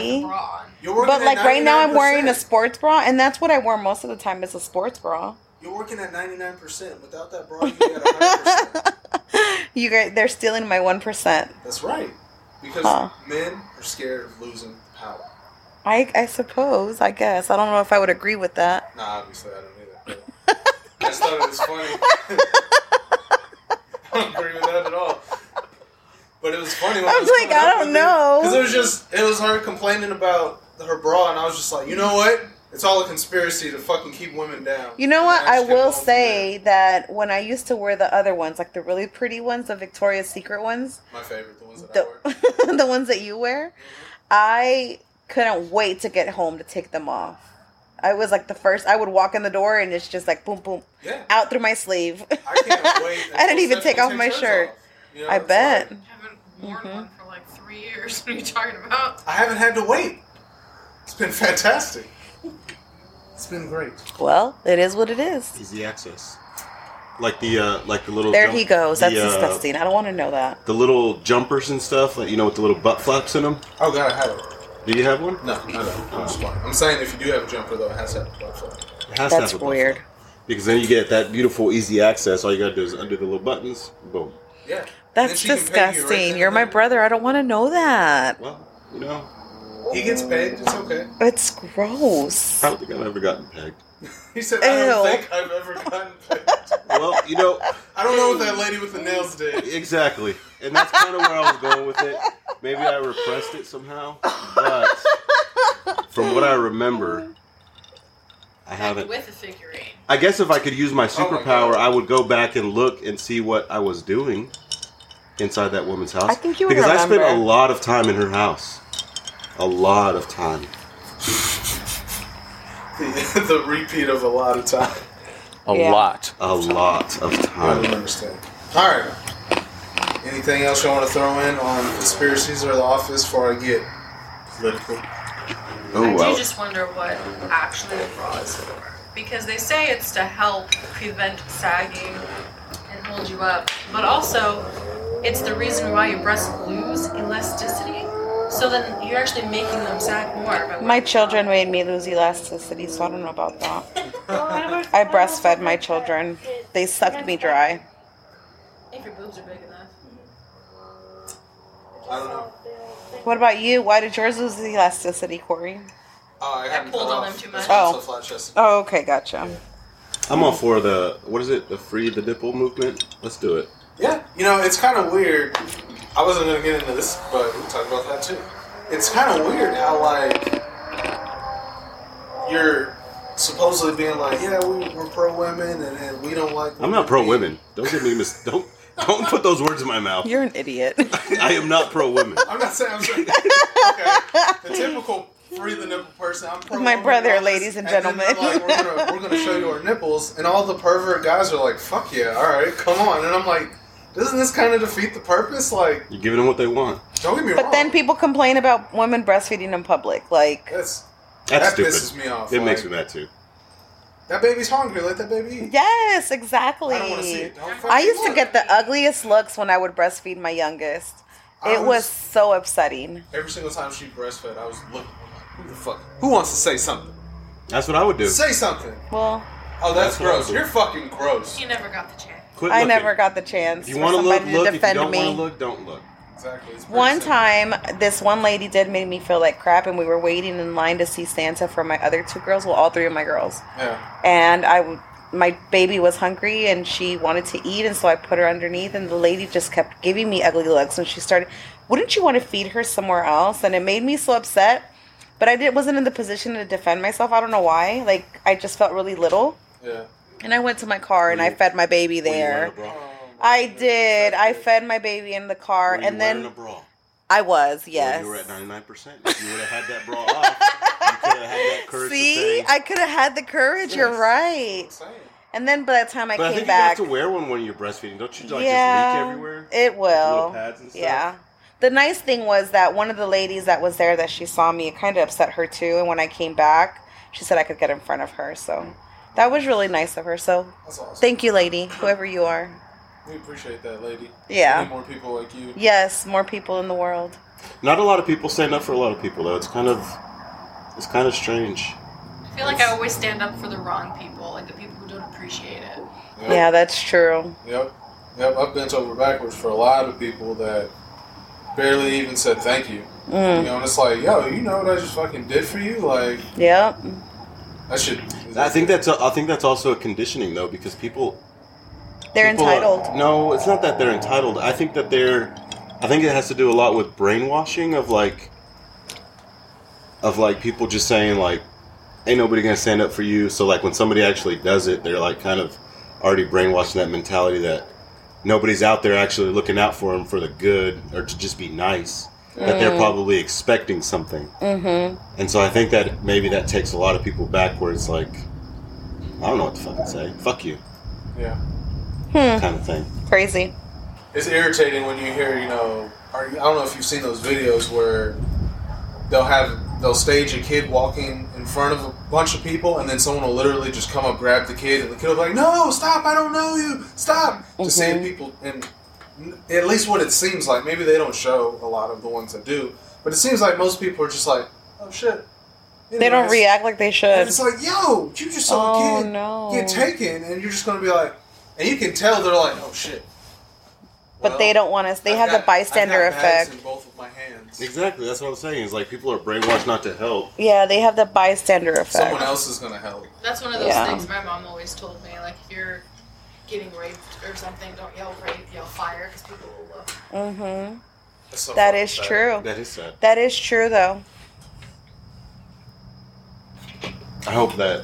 Maybe.
bra on.
You're working
But
at
like right now, I'm wearing a
99%.
sports bra, and that's what I wear most of the time is a sports bra.
You're working at 99%. Without that bra, you got 100%.
You guys, they're stealing my one percent.
That's right. Because
Huh.
men are scared of losing power.
I I suppose. I guess. I don't know if I would agree with that.
Nah, obviously, I don't either. but I just thought it was funny. I don't agree with that at all. But it was funny. When
I was like, I don't know.
Because it was just, it was her complaining about her bra, and I was just like, you know what? It's all a conspiracy to fucking keep women down.
You know what?
And
I
just kept
will
going from
say that when I used to wear the other ones, like the really pretty ones, the Victoria's Secret ones,
there. my favorite, the ones that I
the,
wear.
the ones that you wear, I couldn't wait to get home to take them off. I was like the first. I would walk in the door and it's just like boom, boom,
Yeah,
out through my sleeve.
I can't wait.
I didn't
until
even take
Stephanie
off my
takes hers
shirt.
off. You know,
I
it's
bet.
like-
haven't worn
Mm-hmm.
one for like three years. What are you talking about?
I haven't had to wait. It's been fantastic. It's been great.
Well, it is what it is.
Easy access. Like the uh, like the little.
There
jump-
he goes. That's
the, uh,
disgusting. I don't want to know that.
The little jumpers and stuff, like you know, with the little butt flaps in them.
Oh god, I had it.
Do you have one?
No, I don't. I'm, just lying. I'm saying if you do have a jumper though, it has to have a butt flap.
It has to
That's
have a butt
weird.
flap. Because then you get that beautiful, easy access. All you gotta do is undo the little buttons. Boom.
Yeah.
That's
And then she can pay
disgusting.
you right then and
You're my
there.
brother. I don't want to know that.
Well, you know,
He gets paid. It's okay.
It's gross.
I don't think I've ever gotten pegged.
He said, I don't
Ew.
think I've ever gotten paid.
Well, you know,
I don't know what that lady with the nails did.
exactly, and that's kind of where I was going with it. Maybe I repressed it somehow, but from what I remember, I I haven't.
with a figurine.
I guess if I could use my
Oh my
superpower,
God.
I would go back and look and see what I was doing inside that woman's house.
I think you would
because I spent a
remember.
lot of time in her house, a lot of time,
The, the repeat of a lot of time.
A
Yeah.
lot.
a lot of
I don't
time.
understand. All right. Anything else you want to throw in on conspiracies or the office before I get political?
Oh
I
wow!
do just wonder what actually the bra is for. Because they say it's to help prevent sagging and hold you up, but also it's the reason why your breasts lose elasticity. So then you're actually making them sag more. By
My children made me lose elasticity, so I don't know about that.
I
I breastfed my children. They sucked me dry.
if your boobs are big enough.
I don't know.
What about you? Why did yours lose elasticity, Corey?
Oh, I, haven't
pulled
cut
on
off.
them too
That's
much.
why I'm
Oh.
so flat-chested.
Oh, okay, gotcha.
I'm all for the what is it? The free the nipple movement. Let's do it.
Yeah, you know, it's kind of weird. I wasn't going to get into this, but we can talk about that too. It's kind of weird how, like, you're supposedly being like, yeah, we, we're pro women and, and we don't like.
I'm not pro women. Don't get me mis. Don't don't put those words in my mouth.
You're an idiot.
I am not pro women.
I'm not saying I'm saying. okay. The typical free the nipple person. I'm pro
My
woman,
brother,
all this,
ladies and
then they're
gentlemen.
like, we're, gonna, we're gonna show you our nipples, and all the pervert guys are like, "Fuck yeah, all right, come on." And I'm like, doesn't this kind of defeat the purpose? Like,
You're giving them what they want.
don't get me wrong.
But then people complain about women breastfeeding in public. Like,
That's,
That's
that
stupid.
pisses me off.
It
like,
makes me mad too.
That baby's hungry. Let that baby eat.
yes, exactly.
I don't want to see it. Don't
I
fucking
used to
look.
get the ugliest looks when I would breastfeed my youngest.
I
It was so upsetting.
every single time she breastfed. I was looking. Who the fuck? Who wants to say something?
That's what I would do.
Say something.
Well,
Oh, that's,
That's what I
gross.
do.
You're fucking gross.
He never got the chance.
Quit
I
looking.
never got the chance
If you
for
want to look,
somebody
look.
to
If you
defend
don't
me.
want to look, don't look.
Exactly. It's pretty
One
simple.
time, this one lady did make me feel like crap, and we were waiting in line to see Santa for my other two girls, well, all three of my girls.
Yeah.
And I, w- my baby was hungry, and she wanted to eat, and so I put her underneath, and the lady just kept giving me ugly looks, and she started, wouldn't you want to feed her somewhere else? And it made me so upset, but I did, wasn't in the position to defend myself. I don't know why. Like I just felt really little,
Yeah.
and I went to my car and I fed my baby there.
Were you wearing a
Oh.
bra?
I did. I fed my baby in the car,
Were you
and
wearing
then
a bra?
I was
Yeah,
yes.
you were at 99%. If you would have had that bra off, you could have had that courage to
See,
say-
I could have had the courage. You're
Yes.
right.
Same.
And then by the time I
but I
came
think
back,
you have to wear one when you're breastfeeding. Don't you like
yeah,
just leak everywhere?
it
Little
will.
pads and stuff?
Yeah. The nice thing was that one of the ladies that was there that she saw me, it kind of upset her too. And when I came back, she said I could get in front of her.
Mm.
So that was really nice of her. So
That's awesome.
thank you, lady, whoever you are.
we appreciate that, lady. We need
Yeah.
more people like you.
Yes, more people in the world.
Not a lot of people stand up for a lot of people though. It's kind of it's kind of strange.
I feel like I always stand up for the wrong people, like the people who don't appreciate it.
Yep.
Yeah, that's true.
Yep. Yep. I've bent over backwards for a lot of people that barely even said thank you. You
Mm.
know, and it's like, yo, you know what I just fucking did for you? Like,
Yep.
I should.
I think that's a, I think that's also a conditioning though because people
They're
people are-
entitled.
no, it's not that they're entitled. I think that they're I think it has to do a lot with brainwashing of like of like people just saying like ain't nobody gonna stand up for you. So like when somebody actually does it, they're like kind of already brainwashing that mentality that nobody's out there actually looking out for them for the good or to just be nice. That they're probably expecting something.
Mm. Mm-hmm.
And so I think that maybe that takes a lot of people back where it's like, I don't know what to fucking say. Fuck you,
Yeah.
Hmm.
kind of thing.
Crazy.
it's irritating when you hear, you know, or, I don't know if you've seen those videos where they'll have they'll stage a kid walking in front of a bunch of people, and then someone will literally just come up, grab the kid, and the kid will be like, "No, stop! I don't know you! Stop!"
Mm-hmm.
Just seeing people, and at least what it seems like, maybe they don't show a lot of the ones that do, but it seems like most people are just like, "Oh shit."
They don't
Anyways.
react like they
And
should.
it's like, yo, you just saw
Oh,
a kid
no.
get taken, and you're just gonna be like, and you can tell they're like, oh shit.
But
Well,
they don't want us. They
I've
have
got-
the bystander
I've got bags
effect.
In both of my hands.
Exactly. That's what I'm saying. Is like people are brainwashed not to help.
Yeah, they have the bystander effect.
Someone else is gonna help.
That's one of those
Yeah.
things my mom always told me. Like, if you're getting raped or something, don't yell rape, yell fire, because people will look.
Mm-hmm.
That's so
That
fucking
is
sad.
true.
That is sad.
That is true, though.
I hope that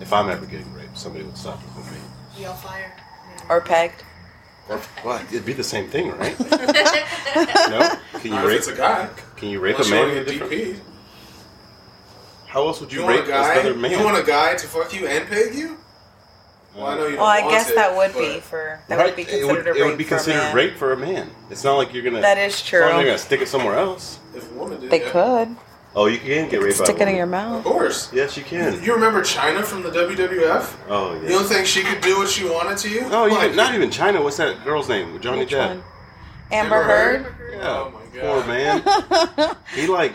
If I'm ever getting raped, somebody would stop it for me.
We all fire.
Or pegged.
Or, well, it'd be the same thing, right? no? Can
Not
you
if
rape
it's a guy.
Can you rape a
Unless you
man?
wanna
with
get
different-
DP.
How else would you,
You want
rape
a guy?
another man?
You want a guy to fuck you and peg you? Well, I know you.
Well, I
don't want
guess
it,
that would
but-
be for that
right?
would be
it
considered
would,
a rape.
it would be
for a
considered
man.
rape for a man. It's not like you're gonna.
That is
it's not like
true.
You're gonna stick it somewhere else.
If a woman did
They
that.
could
Oh, you can get raped.
stick
by a
it in
woman.
your
Of
mouth.
course.
Yes, you can.
You remember China from the WWF?
Oh
You
yeah.
don't think she could do what she wanted to you?
No,
Like-
even, not even China. What's that girl's name? Johnny
Which
Depp.
one? Amber
Amber Heard?
Heard.
Yeah.
Oh my
Poor
god.
man. he like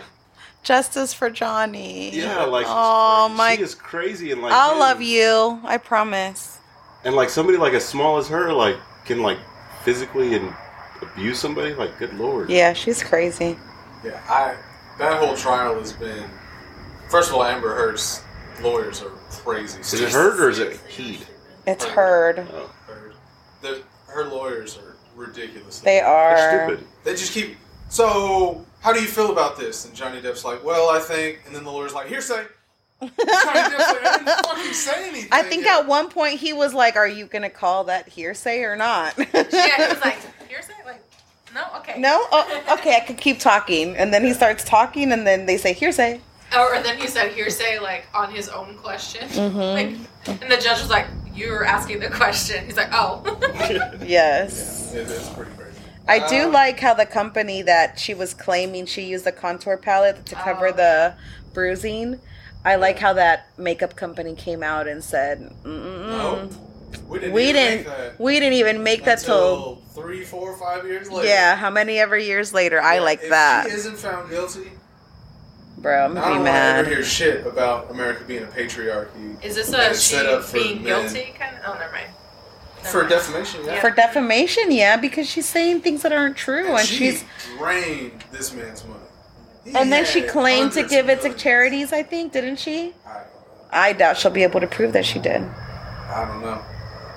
Justice for Johnny.
yeah like.
Oh, my-
She is crazy and like.
I'll
man.
love you. I promise.
And like somebody like as small as her like can like physically and abuse somebody like good lord.
Yeah, she's crazy.
Yeah, I. That whole trial has been. First of all, Amber Heard's lawyers are crazy.
Is it Heard or is it Heed?
It's heard.
Oh,
Heard. The, her lawyers are ridiculous.
They
they're
are.
stupid.
They just keep. So, how do you feel about this? And Johnny Depp's like, well, I think. And then the lawyer's like, hearsay. And Johnny Depp's like, I didn't fucking say anything.
I think
yet.
at one point he was like, "Are you gonna call that hearsay or not?"
yeah, he was like, hearsay? Like, no, okay.
no. Oh, okay. I could keep talking, and then he starts talking, and then they say hearsay.
Or and then he said hearsay, like, on his own question. Like, and the judge was like, you're asking the question. He's like, oh.
Yes.
It is pretty crazy.
I do
Uh,
like how the company that she was claiming she used a contour palette to cover
Oh.
the bruising. I like how that makeup company came out and said,
Nope.
Mm-mm.
We
Mm.
didn't.
"We
even make
didn't,
that
we didn't even make that till
until three, four, five years later.
yeah, how many ever years later?" I
Yeah,
like
if
that,
She isn't found guilty.
bro. I'm
I
gonna
don't
be
want to ever
mad.
hear shit about America being a patriarchy.
Is this
And
a
it's
she
set up for
being
men.
guilty kind of? Oh, never mind.
For defamation, yeah.
For defamation, yeah, because she's saying things that aren't true, and
she
she's
drained this man's money. He
and then she
had
claimed to
hundreds
give
of
it to
millions.
charities. I think didn't she?
I,
I doubt she'll be able to prove that she did.
I don't know.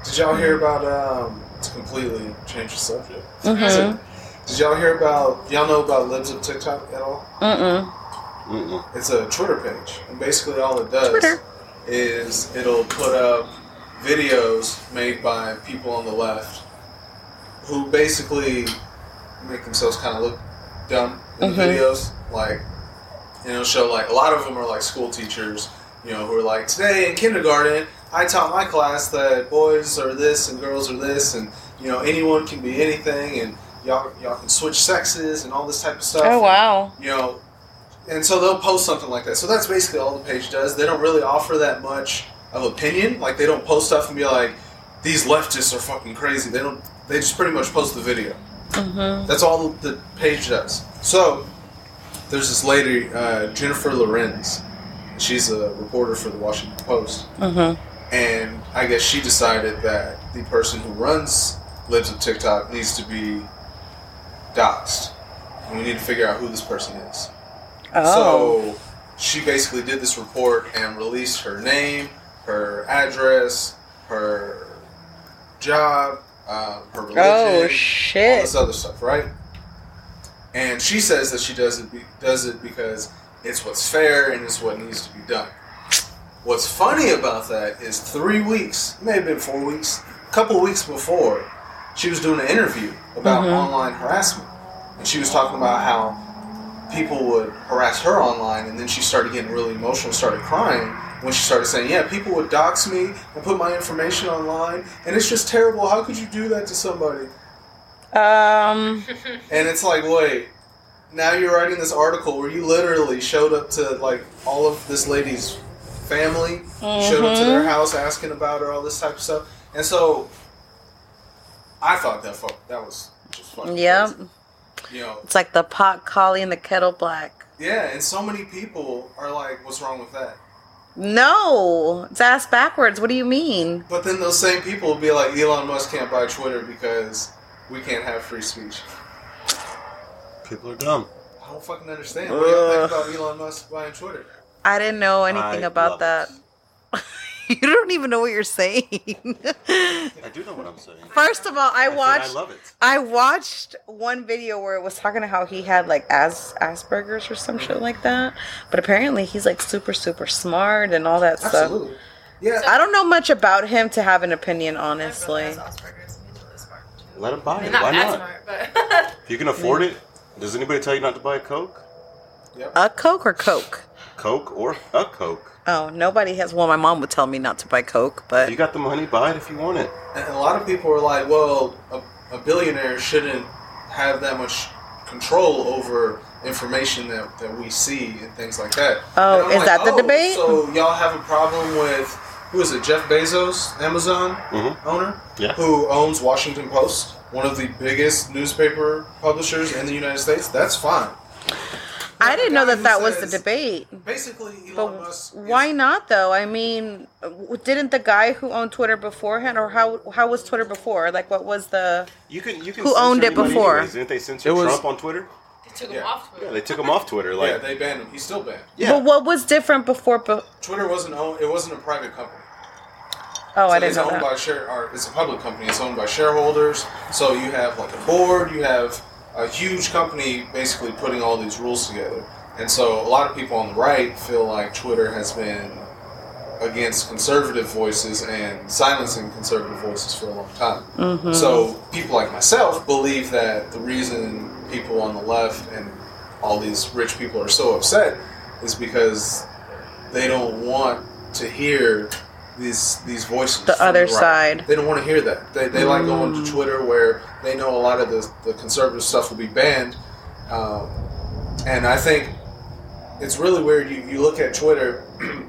Did y'all hear about, um, to completely change the subject?
Mhm.
Did y'all hear about, y'all know about Libs of TikTok at all?
Mm-mm.
Mm-mm.
It's a Twitter page, and basically all it does
Twitter.
is it'll put up videos made by people on the left who basically make themselves kind of look dumb in
Mm-hmm.
the videos. Like, and it'll show like a lot of them are like school teachers, you know, who are like, today in kindergarten, I taught my class that boys are this and girls are this, and you know, anyone can be anything, and y'all y'all can switch sexes and all this type of stuff
Oh wow.
you know and so they'll post something like that so that's basically all the page does they don't really offer that much of opinion like they don't post stuff and be like these leftists are fucking crazy they don't they just pretty much post the video that's all the page does so there's this lady uh, jennifer lorenz she's a reporter for the washington post and i guess she decided that the person who runs lives of tiktok needs to be doxxed and we need to figure out who this person is
Oh.
so she basically did this report and released her name, her address, her job, um, her religion,
oh
all
shit.
this other stuff, right? And she says that she does it be, does it because it's what's fair and it's what needs to be done. What's funny about that is three weeks, may have been four weeks, a couple weeks before, she was doing an interview about
Mm-hmm.
online harassment, and she was talking about how people would harass her online, and then she started getting really emotional, and started crying when she started saying, "Yeah, people would dox me and put my information online, and it's just terrible. How could you do that to somebody?"
Um.
And it's like, wait, now you're writing this article where you literally showed up to like all of this lady's family, showed up to their house asking about her, all this type of stuff. And so I thought that fuck that was just fucking
Yeah.
crazy. You know,
It's like the pot collie and the kettle black.
yeah, and so many people are like, What's wrong with that?
No, it's ass backwards. What do you mean?
But then those same people will be like, Elon Musk can't buy Twitter because we can't have free speech.
People are dumb.
I don't fucking understand. What do you think about Elon Musk buying Twitter?
I didn't know anything
I
about that.
love
you don't even know what you're saying.
I do know what I'm saying.
First of all, I
said
watched.
I love it.
I watched one video where it was talking to how he had like as Asperger's or some shit like that, but apparently he's like super super smart and all that stuff.
Absolutely. Yeah.
I don't know much about him to have an opinion, honestly.
Everyone has Asperger's. and he's really smart, too.
Let him buy
I
it.
mean,
Why
not
not?
that smart, but
If you can afford it, does anybody tell you not to buy a Coke?
A Coke or Coke?
Coke or a Coke?
Oh, nobody has. Well, my mom would tell me not to buy Coke, but
You got the money, buy it if you want it.
And a lot of people are like, well, a, a billionaire shouldn't have that much control over information that, that we see and things like that.
Oh,
And I'm
is
like,
that the
"Oh,
debate?"
So y'all have a problem with who is it? Jeff Bezos, Amazon
Mhm.
owner,
Yeah.
who owns Washington Post, one of the biggest newspaper publishers in the United States. That's fine.
I didn't know
Guy
that
who
that was the
says-
debate.
Basically, Elon Musk.
But
is-
why not though? I mean, w- didn't the guy who owned Twitter beforehand, or how how was Twitter before? Like, what was the?
You can. You can.
Who
censor
owned it
anybody
before?
anyways. Didn't they censor
It was-
Trump on Twitter?
they took him
Yeah.
off to
Yeah,
it.
they took him off Twitter. Like,
Yeah, they banned him. He's still banned.
yeah.
But what was different before? Be-
Twitter wasn't owned. It wasn't a private company.
oh, I
So
didn't
it's
know
owned by
that.
share, or it's a public company. It's owned by shareholders. So you have like a board. You have a huge company basically putting all these rules together. And so a lot of people on the right feel like Twitter has been against conservative voices and silencing conservative voices for a long time.
Mm-hmm.
So people like myself believe that the reason people on the left and all these rich people are so upset is because they don't want to hear these these voices.
The
from
other
right.
side. Mm.
They don't want to hear that. They, they like going to Twitter where they know a lot of the, the conservative stuff will be banned. Um, and I think it's really weird. You, you look at Twitter,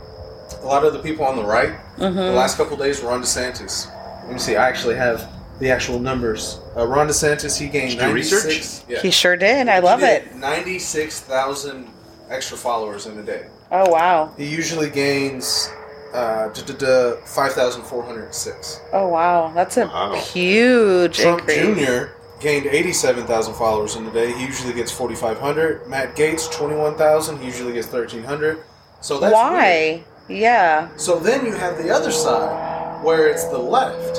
a lot of the people on the right,
Mm-hmm.
the last couple days, Ron DeSantis. Let me see. I actually have the actual numbers. Uh, Ron DeSantis, he gained
Did you do
96.
research?
Yeah.
He sure did. I love
He
it.
did 96,000 extra followers in a day.
Oh wow.
He usually gains uh, duh, duh, duh, 5,406.
Oh wow. That's a
Wow.
huge
Trump
increase.
Jr. gained 87,000 followers in a day. He usually gets 4,500. Matt Gates, 21,000. He usually gets 1,300. So that's weird.
Why? Yeah.
So then you have the other side where it's the left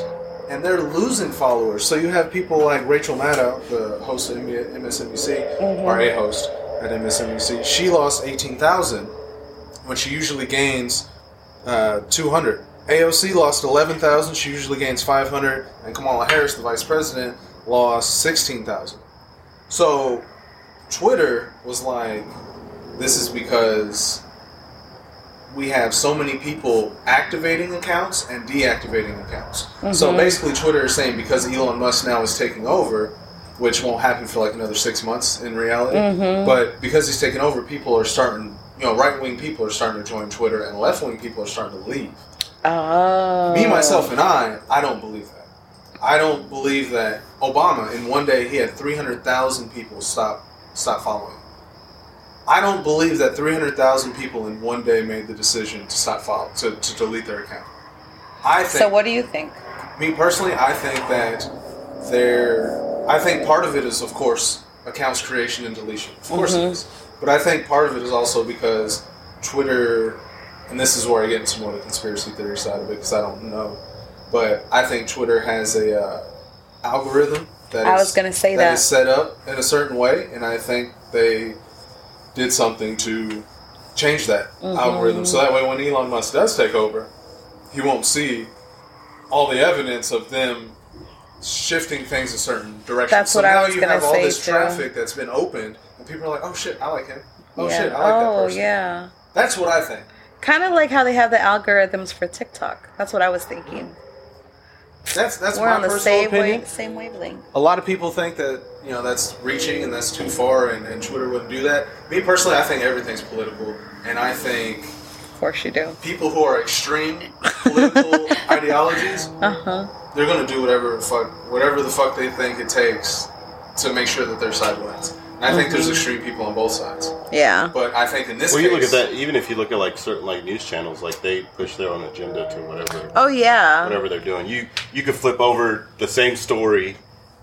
and they're losing followers. So you have people like Rachel Maddow, the host of E, MSNBC, or a host at MSNBC. She lost 18,000 when she usually gains uh, 200. AOC lost 11,000. She usually gains 500. And Kamala Harris, the vice president, lost 16,000. So Twitter was like, this is because we have so many people activating accounts and deactivating accounts. So basically, Twitter is saying because Elon Musk now is taking over, which won't happen for like another six months in reality, but because he's taking over, people are starting, you know, right wing people are starting to join Twitter and left wing people are starting to leave.
Oh.
Me, myself, and I, I don't believe that. I don't believe that Obama in one day he had three hundred thousand people stop stop following. him. I don't believe that three hundred thousand people in one day made the decision to stop follow to, to delete their account. I think
So what do you think?
me personally, I think that there. I think part of it is, of course, accounts creation and deletion. Of course
Mm-hmm.
it is. But I think part of it is also because Twitter, and this is where I get into more of the conspiracy theory side of it because I don't know. But I think Twitter has a uh, algorithm that
I
is-
was gonna say
that
that.
is set up in a certain way, and I think they did something to change that
Mm-hmm.
algorithm. So that way, when Elon Musk does take over, he won't see all the evidence of them shifting things a certain direction.
That's
so
what I
now
was
you
gonna
have all
say,
this
too.
traffic that's been opened, and people are like, "Oh shit, I like him. Oh
yeah.
shit, I like
oh
that person."
yeah.
That's what I think.
Kind of like how they have the algorithms for TikTok. That's what I was thinking.
That's that's
We're
my
on the
personal
same
opinion.
wave, same wavelength.
a lot of people think that you know that's reaching and that's too far and, and twitter wouldn't do that me personally i think everything's political and i think
Of course you do.
people who are extreme political ideologies
Uh-huh.
they're going to do whatever the fuck whatever the fuck they think it takes to make sure that their side wins and i think there's extreme people on both sides
Yeah.
but i think in this
Well,
case
you look at that. Even if you look at like certain like news channels, like they push their own agenda to whatever
Oh yeah.
whatever they're doing. You you could flip over the same story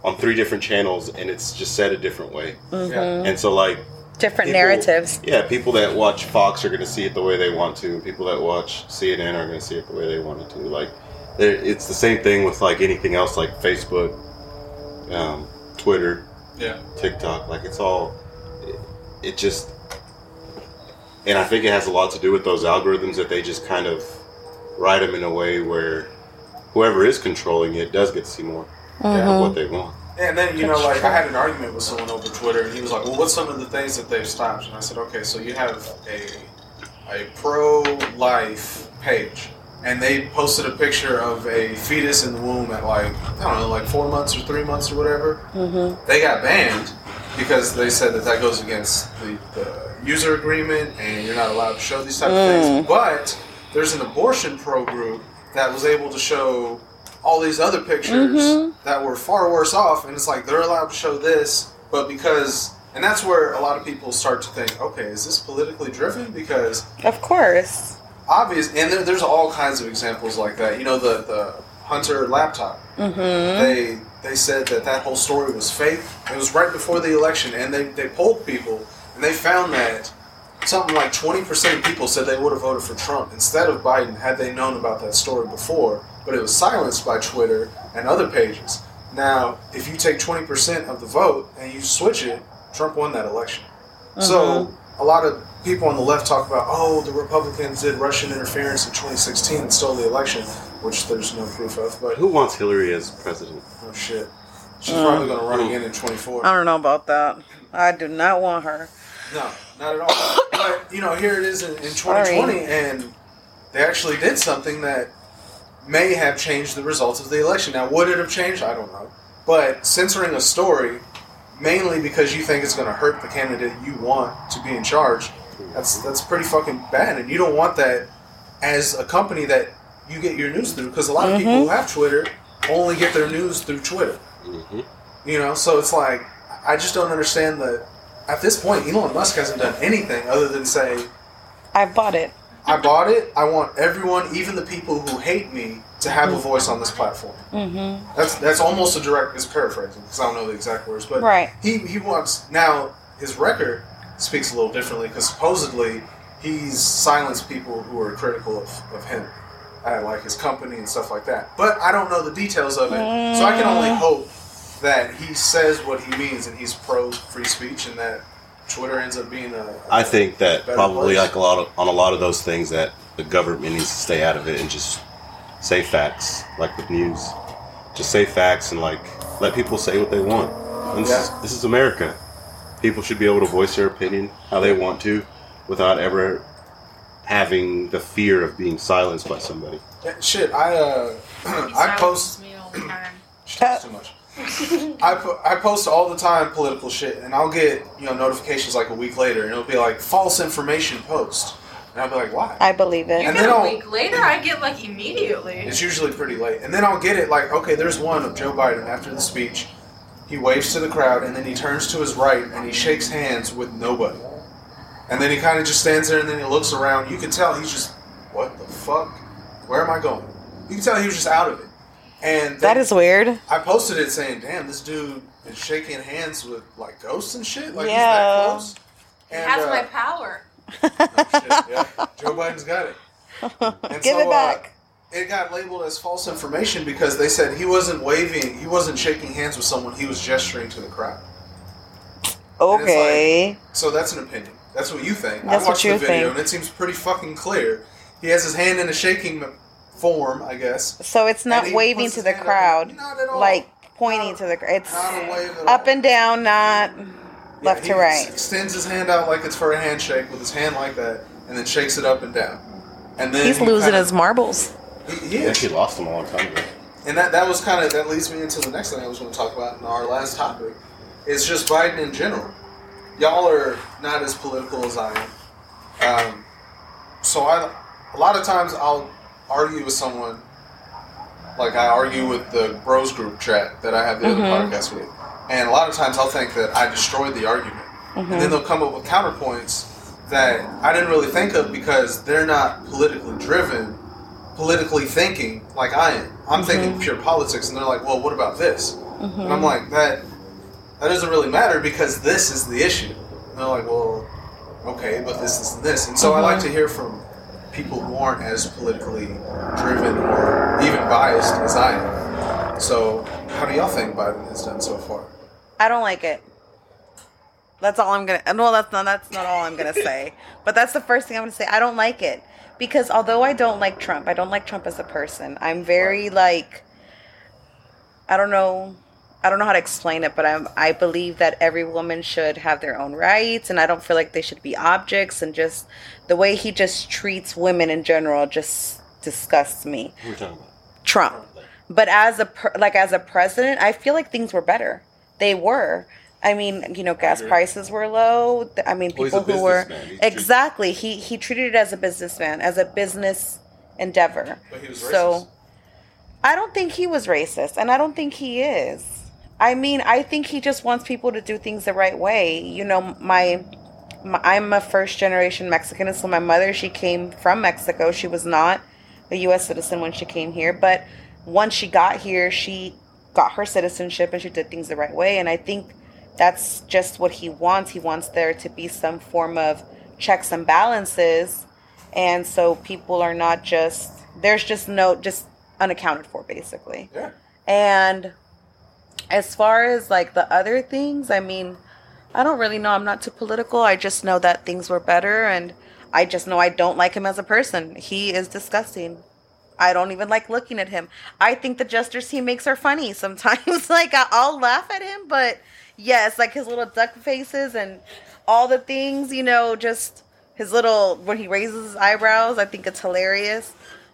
on three different channels, and it's just said a different way.
yeah.
And so like
Mm-hmm. Different
people-
narratives.
Yeah, people that watch Fox are going to see it the way they want to, and people that watch CNN are going to see it the way they want it to. Like, there- it's the same thing with like anything else, like Facebook, um, Twitter,
yeah
TikTok. Like, it's all it, it just, and I think it has a lot to do with those algorithms that they just kind of write them in a way where whoever is controlling it does get to see more of what they want.
And then you know, like I had an argument with someone over Twitter, and he was like, "Well, what's some of the things that they've stopped?" And I said, "Okay, so you have a a pro life page, and they posted a picture of a fetus in the womb at like I don't know, like four months or three months or whatever. Mm-hmm. They got banned because they said that that goes against the, the user agreement, and you're not allowed to show these type of things. But there's an abortion pro group that was able to show all these other pictures that were far worse off, and it's like they're allowed to show this, but because and that's where a lot of people start to think, okay, is this politically driven? Because
Of course.
obvious, and there, there's all kinds of examples like that. You know, the the Hunter laptop. They they said that that whole story was fake. It was right before the election, and they they polled people, and they found that something like 20% of people said they would have voted for Trump instead of Biden had they known about that story before, but it was silenced by Twitter and other pages. Now, if you take 20% of the vote and you switch it, Trump won that election. So,
Mm-hmm.
a lot of people on the left talk about, oh, the Republicans did Russian interference in 2016 and stole the election, which there's no proof of, but
Who wants Hillary as president?
oh shit. She's probably going to run again in 24.
Mm. I don't know about that. I do not want her.
No, not at all. but you know, here it is in, in 2020, and they actually did something that may have changed the results of the election. Now, would it have changed? I don't know. But censoring a story, mainly because you think it's going to hurt the candidate you want to be in charge, that's that's pretty fucking bad, and you don't want that as a company that you get your news through. Because a lot of people who have Twitter only get their news through Twitter. You know, so it's like I just don't understand the. At this point, Elon Musk hasn't done anything other than say,
I bought it.
"I bought it. I want everyone, even the people who hate me, to have a voice on this platform." Mm-hmm. That's that's almost a direct. It's paraphrasing because I don't know the exact words, but
Right.
he he wants now his record speaks a little differently because supposedly he's silenced people who are critical of, of him. uh like his company and stuff like that. But I don't know the details of it, so I can only hope that he says what he means and he's pro free speech and that Twitter ends up being a. a-
I think that
Better
probably
place.
like a lot of, on a lot of those things that the government needs to stay out of it and just say facts, like with news. Just say facts and like let people say what they want. And this,
Yeah.
is, this is America. People should be able to voice their opinion how they want to, without ever having the fear of being silenced by somebody.
Yeah, Shit, I uh, I post
me all the time.
she talks too much. I, po- I post all the time political shit, and I'll get you know notifications like a week later, and it'll be like false information post, and I'll be like, why?
I believe it.
And
Even
then
a
I'll-
week later, I get like immediately.
It's usually pretty late. And then I'll get it like, okay, there's one of Joe Biden after the speech. He waves to the crowd and then he turns to his right and he shakes hands with nobody. And then he kind of just stands there and then he looks around. You can tell he's just, what the fuck? Where am I going? You can tell he was just out of it. And
That
then
is weird.
I posted it saying, damn, this dude is shaking hands with like ghosts and shit. Like,
Yeah.
he's that close.
It
And,
has
uh, oh,
my power.
Shit, yeah. Joe Biden's got it. And
Give
so,
it
uh,
back.
it got labeled as false information because they said he wasn't waving, he wasn't shaking hands with someone, he was gesturing to the crowd. and it's
okay.
So that's an opinion. That's what you think.
That's
I
what
watched the
you
video
think.
and it seems pretty fucking clear. He has his hand in a shaking form, I guess.
so it's
And
not
he
waving
puts
to
his
the
hand up.
crowd,
Not at all.
like pointing to the crowd. It's
Not a wave at
up
all.
and down, not left
Yeah, he
to
s-
right.
Extends his hand out like it's for a handshake with his hand like that, and then shakes it up and down. And then
He's
he
losing
kinda-
his marbles.
He, he
Yeah,
is.
she lost them a long time ago.
And that, that was kind of that leads me into the next thing I was going to talk about in our last topic. It's just Biden in general. Y'all are not as political as I am. Um, so I, a lot of times I'll argue with someone, like I argue with the Bros Group chat that I have the other podcast with, and a lot of times I'll think that I destroyed the argument, and then they'll come up with counterpoints that I didn't really think of because they're not politically driven, politically thinking like I am. I'm thinking pure politics, and they're like, "Well, what about this?" And I'm like, "That that doesn't really matter because this is the issue." And they're like, "Well, okay, but this is this," and so I like to hear from people who aren't as politically driven or even biased as I am. So, how do y'all think Biden has done so far?
I don't like it.
That's all I'm gonna. Well, that's not that's not all I'm gonna say. But that's the first thing I'm gonna say. I don't like it because although I don't like Trump, I don't like Trump as a person. I'm very like. I don't know. I don't know how to explain it, but I'm. I believe that every woman should have their own rights, and I don't feel like they should be objects. And just the way he just treats women in general just disgusts me.
Who are we talking about?
Trump. But as a per, like as a president, I feel like things were better. They were. I mean, you know, gas prices were low. Th- I mean,
Well, he's
people
a
who were
businessman. He's treated-
exactly he he treated it as a businessman, as a business endeavor.
But he was racist.
So I don't think he was racist, and I don't think he is. I mean, I think he just wants people to do things the right way. You know, my my, I'm a first generation Mexican, and so my mother, she came from Mexico. She was not a U.S. citizen when she came here, but once she got here, she got her citizenship and she did things the right way. And I think that's just what he wants. He wants there to be some form of checks and balances, and so people are not just there's just no just unaccounted for basically.
Yeah.
And as far as like the other things, I mean, I don't really know. I'm not too political. I just know that things were better and I just know I don't like him as a person. He is disgusting. I don't even like looking at him. I think the gestures he makes are funny sometimes. like I- I'll laugh at him, but yes, like his little duck faces and all the things, you know, just his little when he raises his eyebrows, I think it's hilarious.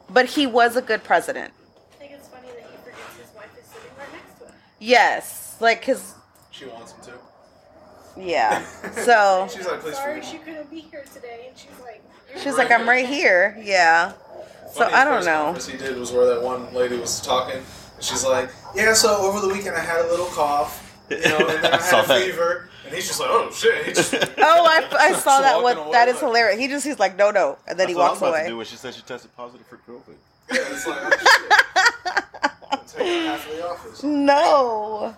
But he was a good president.
I think it's funny that he forgets his wife is sitting right next to him.
Yes, like his
She wants him to.
yeah. So
She's like, please
Sorry,
forgive
she
me.
couldn't be here today, and she's like, "You're
she's like, I'm right here. Yeah. So
Funny
I don't
press
know.
conference he did was where that one lady was talking, and she's like, "Yeah, so over the weekend I had a little cough, you know, and then I,
I saw
had a
that.
fever," and he's just like, "Oh shit!" He just,
Oh, I, I saw that
walking
one.
away
That is
like-
hilarious. He just he's like no no, and then he
That's what I was
walks
about to
away.
do when she said she tested positive for COVID.
yeah, it's like, oh, shit. Take half of the office.
No.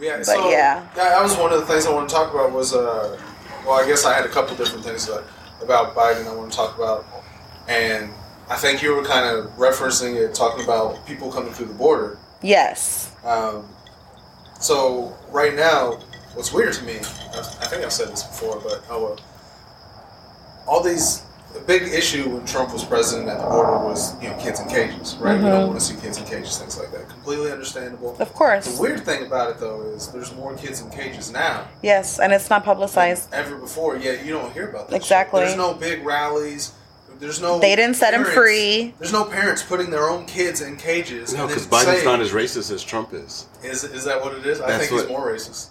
Yeah,
But
so
yeah.
that was one of the things I want to talk about was uh, well, I guess I had a couple different things that, about Biden I want to talk about, and I think you were kind of referencing it, talking about people coming through the border.
Yes.
Um, so right now, what's weird to me, I, I think I've said this before, but oh well. All these the big issue when Trump was president at the border was you know kids in cages, right? We don't want to see kids in cages, things like that. Completely understandable.
Mm-hmm. Of
The
course.
weird thing about it though is there's more kids in cages now
Yes, and it's not publicized.
than ever before. Yet you don't hear about that. shit.
Exactly.
There's no big rallies. There's no.
They didn't set him
parents-
free.
There's no parents putting their own kids in cages.
No,
and
because
then
Biden's
saying-
not as racist as Trump is.
Is, is that what it is? I
That's
think
what-
he's more racist.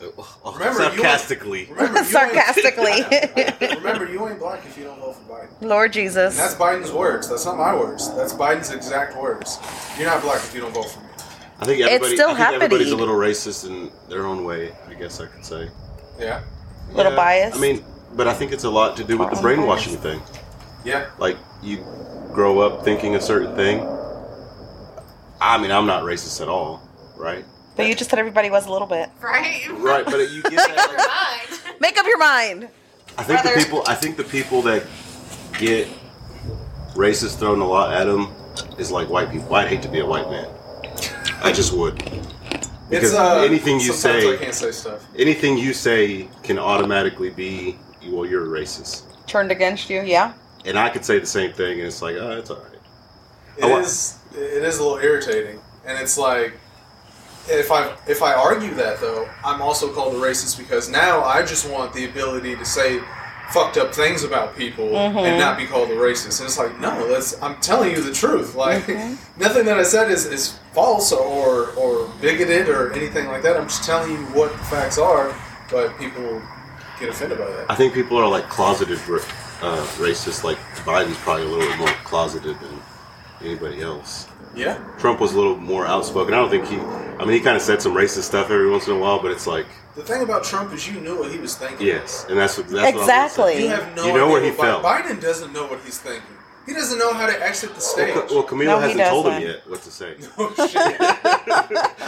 Remember, you-
sarcastically.
Remember, you
Sarcastically.
Ain't, remember, you ain't black if you don't vote for Biden.
Lord
And that's
Jesus.
Biden's words. That's not my words. That's Biden's exact words. You're not black if you don't vote for me.
I think everybody,
still
I think everybody's a
happening.
little racist in their own way. I guess I could say.
Yeah.
Little biased.
I mean, but I think it's a lot to do with the brainwashing thing.
Yeah.
Like you grow up thinking a certain thing. I mean, I'm not racist at all, right?
But you just said everybody was a little bit.
Right?
Right, but you get that.
Never mind.
Make up your mind.
I think the
Brother.
people. I think the people that get racist thrown a lot at them is like white people. I'd hate to be a white man. I just would. Because anything you
uh, sometimes
say-
I can't say stuff.
Anything you say can automatically be, well, you're a racist.
Turned against you. Yeah.
And I could say the same thing, and it's like, oh, it's all right.
It
I wa-
is- It is a little irritating, and it's like. If I if I argue that though, I'm also called a racist because now I just want the ability to say fucked up things about people
Mm-hmm.
and not be called a racist. And it's like, no, that's I'm telling you the truth. Like
Mm-hmm.
nothing that I said is, is false or or bigoted or anything like that. I'm just telling you what the facts are, but people get offended by that.
I think people are like closeted ra- uh, racist. Like Biden's probably a little bit more closeted than anybody else.
Yeah.
Trump was a little more outspoken. I don't think he. I mean, he kind of said some racist stuff every once in a while, but it's like,
The thing about Trump is you knew what he was thinking.
yes, and that's what that's what I'm saying.
Exactly.
You have no
You know
idea
where he
what Bi-
fell.
Biden doesn't know what he's thinking. He doesn't know how to exit the stage.
Well, Ca- well, Camila
No, he
hasn't told him
doesn't.
yet what to say.
Oh, shit.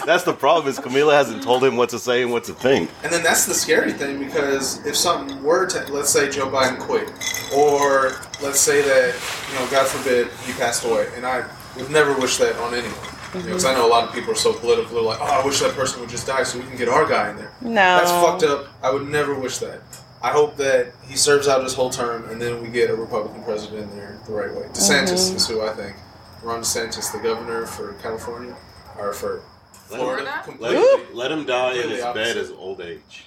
That's the problem is Camila hasn't told him what to say and what to think.
and then that's the scary thing because if something were to, let's say Joe Biden quit, or let's say that, you know, God forbid he passed away, and I would never wish that on anyone. Because I know a lot of people are so political, they're like, oh, I wish that person would just die so we can get our guy in there.
No.
That's fucked up. I would never wish that. I hope that he serves out his whole term and then we get a Republican president in there the right
Mm-hmm.
way. DeSantis is who I think. Ron DeSantis, the governor for California, or for
Let him-
Florida.
Let
completely-
him, let him die in his
Completely opposite.
bed as old age.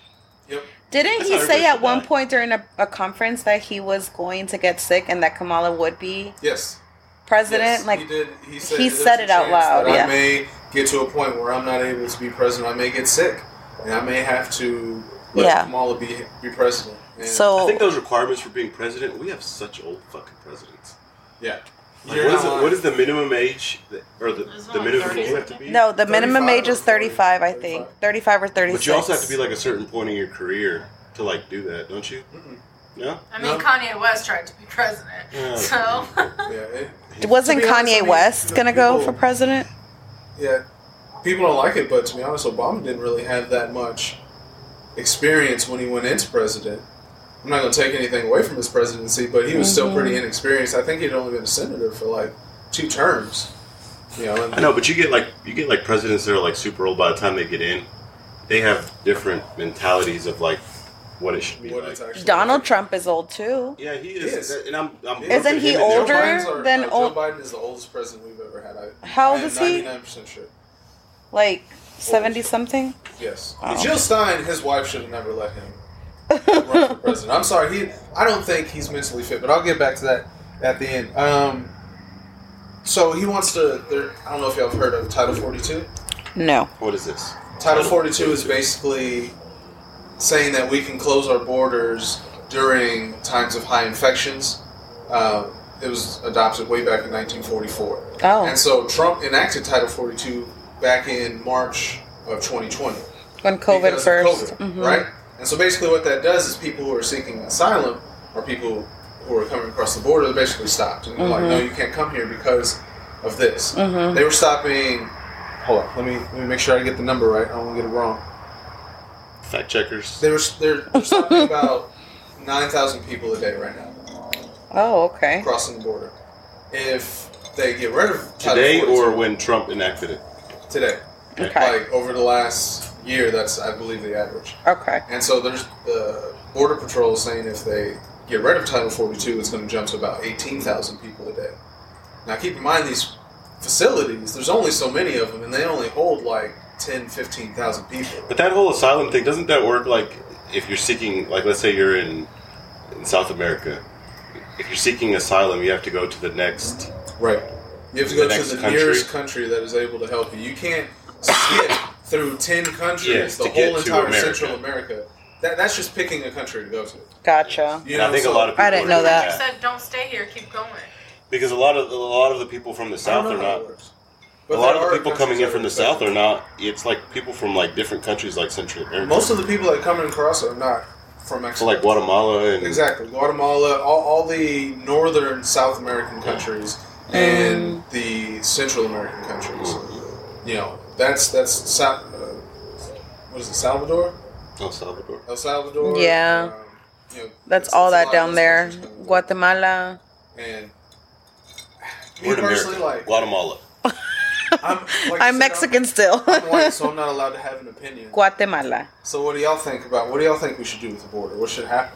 Yep.
Didn't
That's
he
how
say
everybody
at
should
one
die.
point during a, a conference that he was going to get sick and that Kamala would be
Yes.
president?
Yes,
like,
he did. He said,
he
"There's
said
a
it out
chance
loud,
That
yeah.
I may get to a point where I'm not able to be president. I may get sick, and I may have to let
Yeah.
Kamala be be president. And
I
so
think those requirements for being president, we have such old fucking presidents.
yeah,
Like,
You're
what, is
not
the,
lying.
what is the minimum age, that, or the,
Isn't it
the
like
minimum
30
you have to be?
no, the minimum
35
age is
or
35, I
45.
think. 35 or 36.
But you also have to be like a certain point in your career to like do that, don't you?
Mm-mm.
No.
I mean,
No.
Kanye West tried to be president,
Yeah.
so
yeah, it,
Wasn't
To be
Kanye
honest, I mean,
West
the
going to go for
people-
president?
yeah. People don't like it, but to be honest, Obama didn't really have that much experience when he went into president. I'm not going to take anything away from his presidency, but he was still pretty
Mm-hmm.
inexperienced. I think he'd only been a senator for like two terms. You know, and
I know, but you get like you get like presidents that are like super old. By the time they get in, they have different mentalities of like what it should be
what
like.
it's actually
Donald Trump is old too.
yeah,
He
he is,
is.
and I'm. I'm
Isn't
looking at
he
him and-
Joe
older
Biden's our-
than
no,
old-
Joe Biden is the oldest president we've ever had. I,
How
I
old
am
is he?
99% sure.
Like 70 something.
Yes.
Oh.
Jill Stein, his wife, should have never let him run for president. I'm sorry. He, I don't think he's mentally fit, but I'll get back to that at the end. Um, so he wants to. There, I don't know if y'all have heard of Title 42.
No.
What is this?
Title 42 is basically saying that we can close our borders during times of high infections. Uh, it was adopted way back in 1944.
Oh,
And so Trump enacted Title 42 back in March of 2020.
when COVID
because of
first.
COVID,
Mhm.
Right? And so basically, what that does is people who are seeking asylum or people who are coming across the border are basically stopped. And they're like,
Mm-hmm.
no, you can't come here because of this. They were stopping. Hold on, let me, let me make sure I get the number right. I don't want to get it wrong.
Fact checkers.
They were, they're, they're stopping about 9,000 people a day right now
Oh, okay.
crossing the border. If they get rid of Title
Today
42
or when Trump enacted it?
today.
Okay.
Like over the last year, that's I believe the average.
Okay.
And so there's the border patrol is saying if they get rid of Title 42, it's going to jump to about 18,000 people a day. Now keep in mind these facilities, there's only so many of them, and they only hold like 10, 15,000 people.
But that whole asylum thing doesn't that work like if you're seeking like let's say you're in in South America, if you're seeking asylum, you have to go to the next.
Right. You have to
The
go to
next
the
country.
nearest country that is able to help you. You can't skip through 10 countries,
Yes,
the
to get
whole
to
entire
America.
Central America. That, that's just picking a country to go to.
Gotcha.
You
and I think
so-
a lot of people
I didn't
are
know
doing
that.
he said, "Don't stay here. Keep going."
because a lot of a lot of the people from the
I don't
south
know
are
how
not
it works.
a lot
there
of
are
the people
countries
coming in
that
from the south are not. It's like people from like different countries, like Central America,
Most of the people that come across are not from
So,
Mexico.
like Guatemala and
Exactly. Guatemala, all, all the northern South American countries
Mm.
and the Central American countries.
Mm.
You know, that's that's Sa- uh, what is it? Salvador,
El Salvador.
El Salvador.
Yeah.
um, you know,
That's
it's-
all
it's a
that
lot
down
of those
there.
countries coming through.
Guatemala.
And me
We're in
personally,
America.
like
Guatemala.
I'm, like I said,
I'm Mexican still.
I'm white, so I'm not allowed to have an opinion.
Guatemala.
So, what do y'all think about? What do y'all think we should do with the border? What should happen?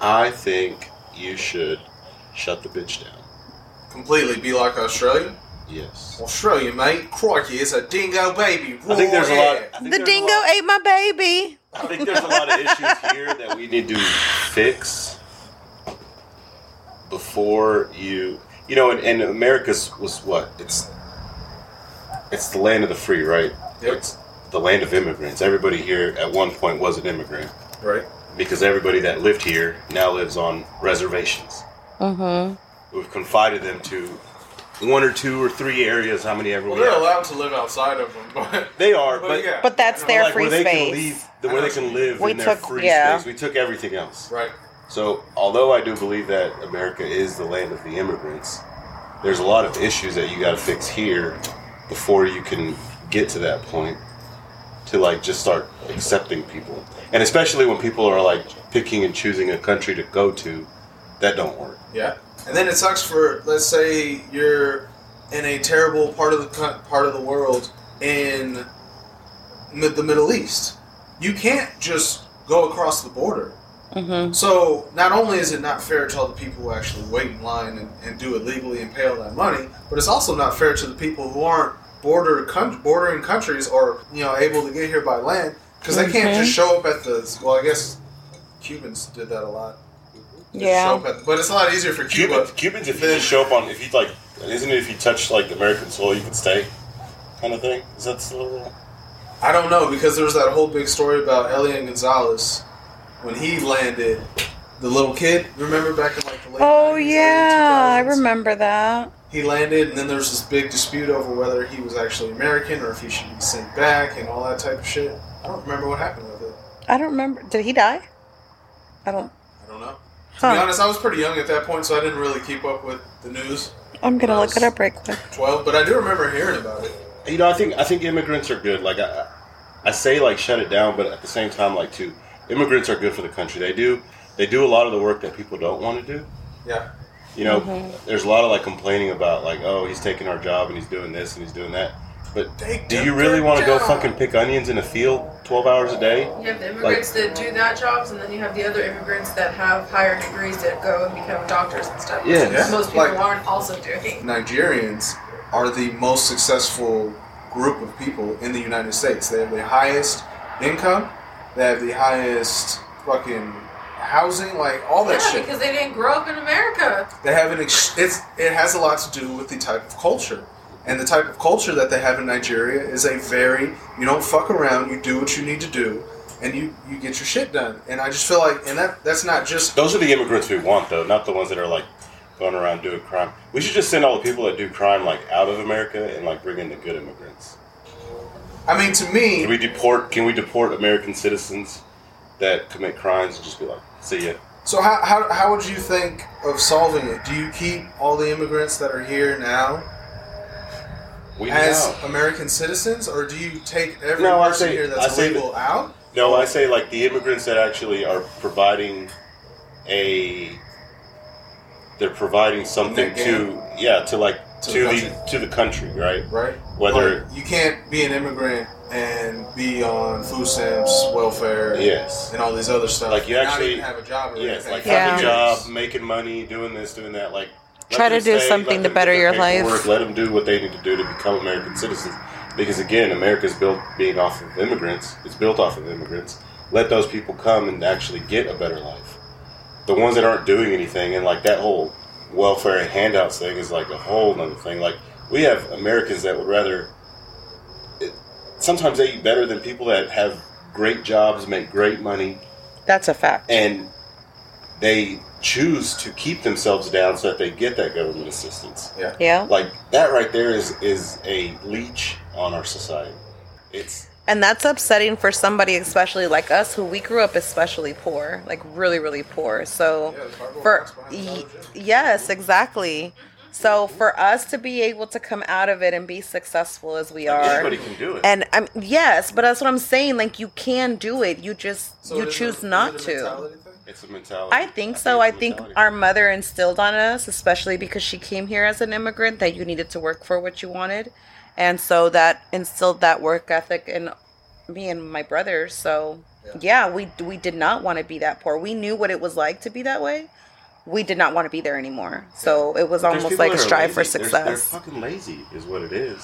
I think you should shut the bitch down.
Completely be like Australia.
Yes.
Australia, mate. Crikey, it's a dingo baby.
I think there's a
Roar,
lot.
yeah.
I
The
think there's a
dingo
lot-
ate my baby.
I think there's a lot of issues here that we need to fix before you. You know, and, and America's was what? It's it's the land of the free, right?
Yep.
It's the land of immigrants. Everybody here at one point was an immigrant.
Right.
because everybody that lived here now lives on reservations.
Mhm.
We've confided them to one or two or three areas, how many ever
Well,
we
they're
have.
allowed to live outside of them, but
They are, but,
yeah.
But that's
I know,
their
like
free
where they
space.
can leave, the, where they can live
We
in their
took-
free
yeah.
space, we took everything else.
Right.
So, although I do believe that America is the land of the immigrants, there's a lot of issues that you got to fix here before you can get to that point to like just start accepting people, and especially when people are like picking and choosing a country to go to, that don't work.
Yeah. And then it sucks for let's say you're in a terrible part of the co- part of the world in mi- the Middle East. You can't just go across the border.
Mm-hmm.
So not only is it not fair to all the people who actually wait in line and, and do it legally and pay all that money, but it's also not fair to the people who aren't border coun bordering countries or you know able to get here by land because they can't just
Mm-hmm.
show up at the. Well, I guess Cubans did that a lot. Just show
Yeah.
up at the- but it's a lot easier for Cuba.
Cubans, Cubans, if you just show up on, if you like, isn't it if you touch like American soil, you can stay, kind of thing? Is that still a rule?
I don't know because there was that whole big story about Elian Gonzalez when he landed. The little kid, remember back in like the late.
Oh
90s, early
yeah, I
2000s?
remember that.
he landed, and then there was this big dispute over whether he was actually American or if he should be sent back and all that type of shit. I don't remember what happened with it.
I don't remember. Did he die? I don't.
I don't know. To be
Huh.
honest, I was pretty young at that point, so I didn't really keep up with the news.
I'm gonna
when I
look it
was
up right quick.
Twelve, but I do remember hearing about it.
You know, I think I think immigrants are good. Like I, I say, like shut it down, but at the same time, like too, immigrants are good for the country. They do they do a lot of the work that people don't want to do.
Yeah,
You know, there's a lot of like complaining about like, oh, he's taking our job and he's doing this and he's doing that. But
Take
do
them
you really want to go
down.
fucking pick onions in a field 12 hours a day?
You have the immigrants that do that jobs, and then you have the other immigrants that have higher degrees that go and become doctors and stuff.
Yeah.
which Most people
Like-
aren't also doing.
Nigerians are the most successful group of people in the United States. They have the highest income. They have the highest fucking housing, like all that
Yeah,
shit.
because they didn't grow up in America.
They have an ex- it's it has a lot to do with the type of culture. And the type of culture that they have in Nigeria is a very you don't fuck around, you do what you need to do and you you get your shit done. And I just feel like and that that's not just
Those are the immigrants we want, though, not the ones that are like going around doing crime. We should just send all the people that do crime like out of America and like bring in the good immigrants.
I mean to
Can
me
we deport? Can we deport American citizens that commit crimes and just be like, see ya?
so how, how, how would you think of solving it? Do you keep all the immigrants that are here now
We
as
out.
American citizens or do you take every
No, I
person
say-
here
I
that's
say that-
illegal out?
No, I say like the immigrants that actually are providing a they're providing something
Net gain?
to yeah to like
To
to,
the
the, to the country right
Right?
whether
Like, you can't be an immigrant and be on food stamps, welfare,
yes
and all these other stuff.
Like, you
and
actually-
not even have a job. Or
yes
anything.
like
Yeah.
having a job making money doing this doing that like let
Try to
them
do
stay,
something
let
to
them
better
get their
your life.
paperwork, let them do what they need to do to become American citizens because again America's built being off of immigrants it's built off of immigrants let those people come and actually get a better life the ones that aren't doing anything and like that whole welfare and handouts thing is like a whole other thing like we have americans that would rather it, sometimes they eat better than people that have great jobs make great money
That's a fact.
and they choose to keep themselves down so that they get that government assistance
yeah.
like that right there is is a leech on our society it's
And that's upsetting for somebody, especially like us, who we grew up especially poor, like really, really poor. So,
Yeah, the cardboard
for
box behind
y-
Dollar General.
yes, exactly. So for us to be able to come out of it and be successful as we are,
everybody can do it
and I'm yes, but that's what I'm saying. Like you can do it. You just
So
you
it is a-
choose
is it a
not to.
mentality thing?
it's a mentality
I think so. I
it's a
think
mentality.
our mother instilled on us, especially because she came here as an immigrant, that you needed to work for what you wanted. And so that instilled that work ethic in me and my brother. So yeah, we we did not want to be that poor. We knew what it was like to be that way. We did not want to be there anymore. So it was
There's
almost
people
like a
that are
strive for
lazy. They're- They're,
success.
fucking lazy, is what it is.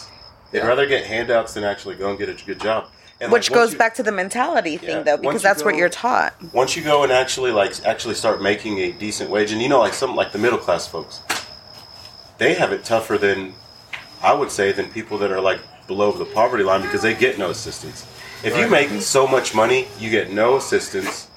They'd
Yeah.
rather get handouts than actually go and get a good job. And
Which
like, once
goes
you-
back to the mentality
Yeah,
thing though,
once
because
you
that's what
go-
you're taught.
Once you go and actually like actually start making a decent wage, and you know, like some like the middle class folks, they have it tougher than I would say than people that are like below the poverty line because they get no assistance. If you make so much money, you get no assistance,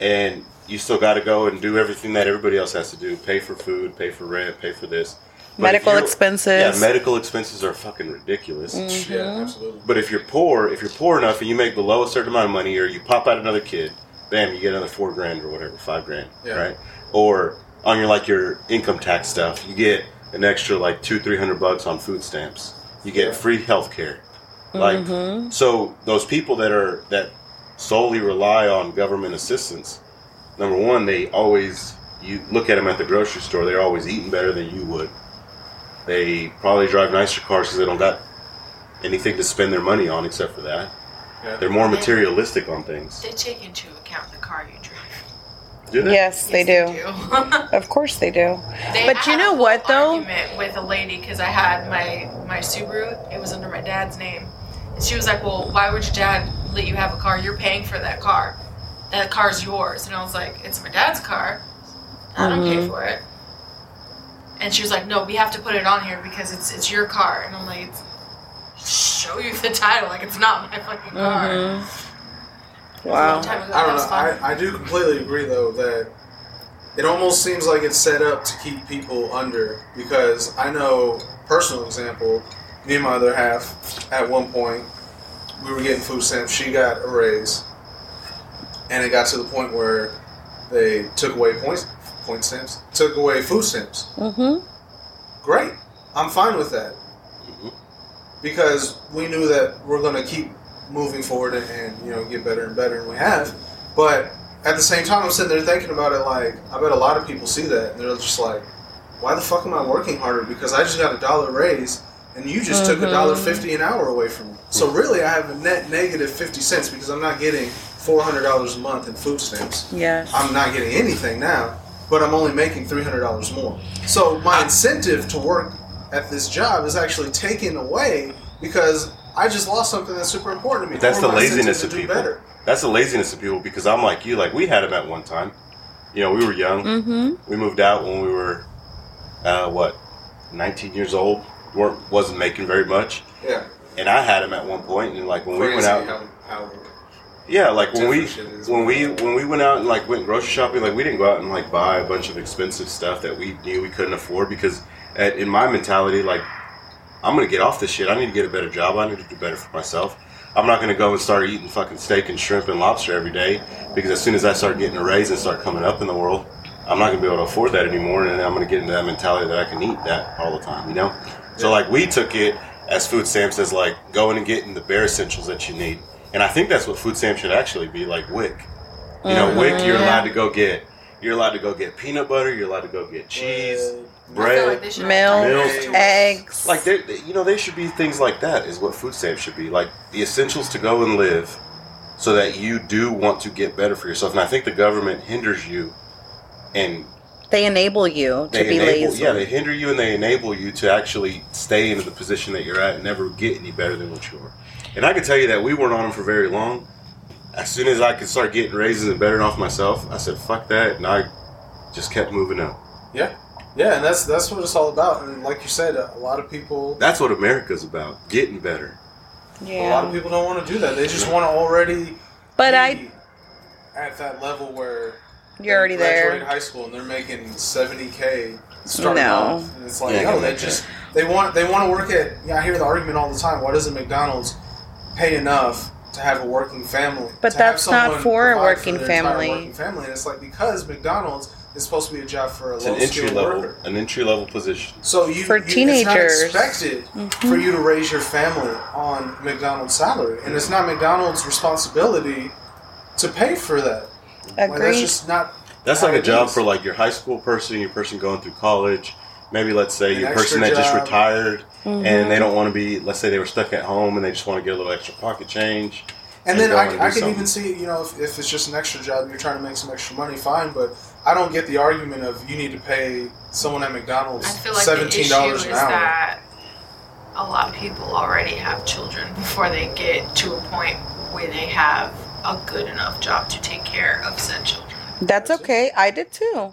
and you still got to go and do everything that everybody else has to do: pay for food, pay for rent, pay for this. But if
Medical
you're-
expenses. Mm.
Yeah, medical expenses are fucking ridiculous.
Mm-hmm.
Yeah, absolutely.
But if you're poor, if you're poor enough and you make below a certain amount of money, or you pop out another kid, bam, you get another four grand or whatever, five grand,
Yeah.
right? Or on your like your income tax stuff, you get an extra like two, three hundred bucks on food stamps. You get
Yeah.
free health care. Like so, those people that are that solely rely on government assistance. Number one, they always you look at them at the grocery store. They're always eating better than you would. They probably drive nicer cars because they don't got anything to spend their money on except for that.
Yeah.
They're more materialistic on things.
They take into account the car you drive.
Do they?
Yes, they
Yes,
do.
they do.
Of course they do.
They-
But you
I had a
know
whole
what, though?
Argument with a lady because I had my my Subaru. It was under my dad's name, and she was like, "Well, why would your dad let you have a car? You're paying for that car. That car's yours." And I was like, "It's my dad's car. I don't pay for it." And she was like, "No, we have to put it on here because it's it's your car." And I'm like, it's, "Show you the title. Like it's not my fucking car."
Wow.
Mm-hmm. I don't know. I, I do completely agree though that it almost seems like it's set up to keep people under because I know personal example, me and my other half at one point we were getting food stamps. She got a raise, and it got to the point where they took away points, point stamps, took away food stamps.
Mm-hmm.
Great, I'm fine with that because we knew that we're going to keep moving forward and, and you know get better and better, and we have. But at the same time, I'm sitting there thinking about it. Like I bet a lot of people see that and they're just like, "Why the fuck am I working harder? Because I just got a dollar raise." And you just took a dollar fifty an hour away from me. So really, I have a net negative fifty cents because I'm not getting four hundred dollars a month in food stamps.
Yes.
I'm not getting anything now, but I'm only making three hundred dollars more. So my incentive to work at this job is actually taken away because I just lost something that's super important to me.
But that's
Or
the
my
laziness of
incentive to do
people.
Better.
That's the laziness of people because I'm like you. Like we had them at one time. You know, we were young.
Mm-hmm.
We moved out when we were uh, what 19 years old. weren't wasn't making very much,
Yeah.
and I had them at one point. And like when we went
Crazy
out,
how- how-
Yeah, like when we
Different shit is-
when we when we went out and like went grocery shopping, like we didn't go out and like buy a bunch of expensive stuff that we knew we couldn't afford because at, in my mentality, like I'm gonna get off this shit. I need to get a better job. I need to do better for myself. I'm not gonna go and start eating fucking steak and shrimp and lobster every day because as soon as I start getting a raise and start coming up in the world, I'm not gonna be able to afford that anymore. And I'm gonna get into that mentality that I can eat that all the time, you know. So like we took it as food stamps as like going and getting the bare essentials that you need. And I think that's what food stamps should actually be like WIC. You know, WIC
Mm-hmm.
you're allowed to go get you're allowed to go get peanut butter, you're allowed to go get cheese,
I feel
bread.
like they should
Milk,
have
Milk.
to it.
Eggs.
Like there, you know, there should be things like that. Is what food stamps should be like the essentials to go and live, so that you do want to get better for yourself. And I think the government hinders you, and
they enable you to
they
be
enable,
lazy.
yeah, they hinder you and they enable you to actually stay into the position that you're at and never get any better than what you were. And I can tell you that we weren't on them for very long. As soon as I could start getting raises and bettering off myself, I said fuck that, and I just kept moving up.
Yeah. Yeah, and that's that's what it's all about. And like you said, a lot of people
That's what America's about: getting better.
a lot of people don't want to do that. They just want to already
But
be
I,
at that level where
you're already
they graduate
there.
High school, and they're making seventy k. Starting
No.
off, and it's like,
Yeah,
no,
yeah,
they
yeah.
just they want they want to work at. Yeah, I hear the argument all the time. Why doesn't McDonald's pay enough to have a working family?
But
To have
that's not
someone
for a
provide
working
their entire
family.
Working family, and it's like because McDonald's is supposed to be a job for a
It's
low
an entry
skilled
level,
worker.
an entry level position.
So you
For
you-
teenagers. Mm-hmm.
it's not expected for you to raise your family on McDonald's salary, and it's not McDonald's responsibility to pay for that. Like, that's
Agreed.
just not.
That's
how
like a
it
job
is.
for like your high school person, your person going through college, maybe let's say
An
your
extra
person that just
job.
retired and they don't want to be. Let's say they were stuck at home and they just want to get a little extra pocket change.
And then
go and do
I, I can
something.
even see, you know, if, if it's just an extra job, and you're trying to make some extra money, fine. But I don't get the argument of you need to pay someone at McDonald's
I feel like the
seventeen
issue
dollars
is
an hour.
that a lot of people already have children before they get to a point where they have a good enough job to take care of said children.
That's okay. I did too.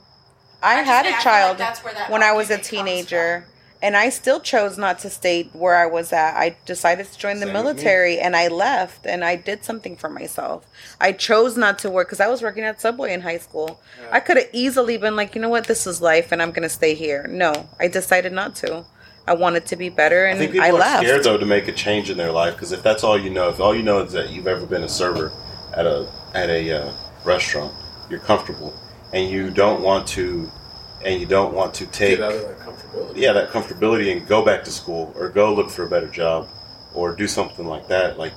I
just
had a
saying, I feel like
child
that's where that
when I was a
argument comes
teenager, and I still chose not to stay where I was at. I decided to join the
Same with me.
military, and I left, and I did something for myself. I chose not to work because I was working at Subway in high school. I could have easily been like, you know what, this is life, and I'm gonna stay here. No, I decided not to. I wanted to be better,
I
and
think people
I,
are
left.
scared though to make a change in their life because if that's all you know, if all you know is that you've ever been a server at a at a uh, restaurant, you're comfortable and you don't want to and you don't want to take
Get out of that comfortability.
yeah, that comfortability and go back to school or go look for a better job or do something like that. Like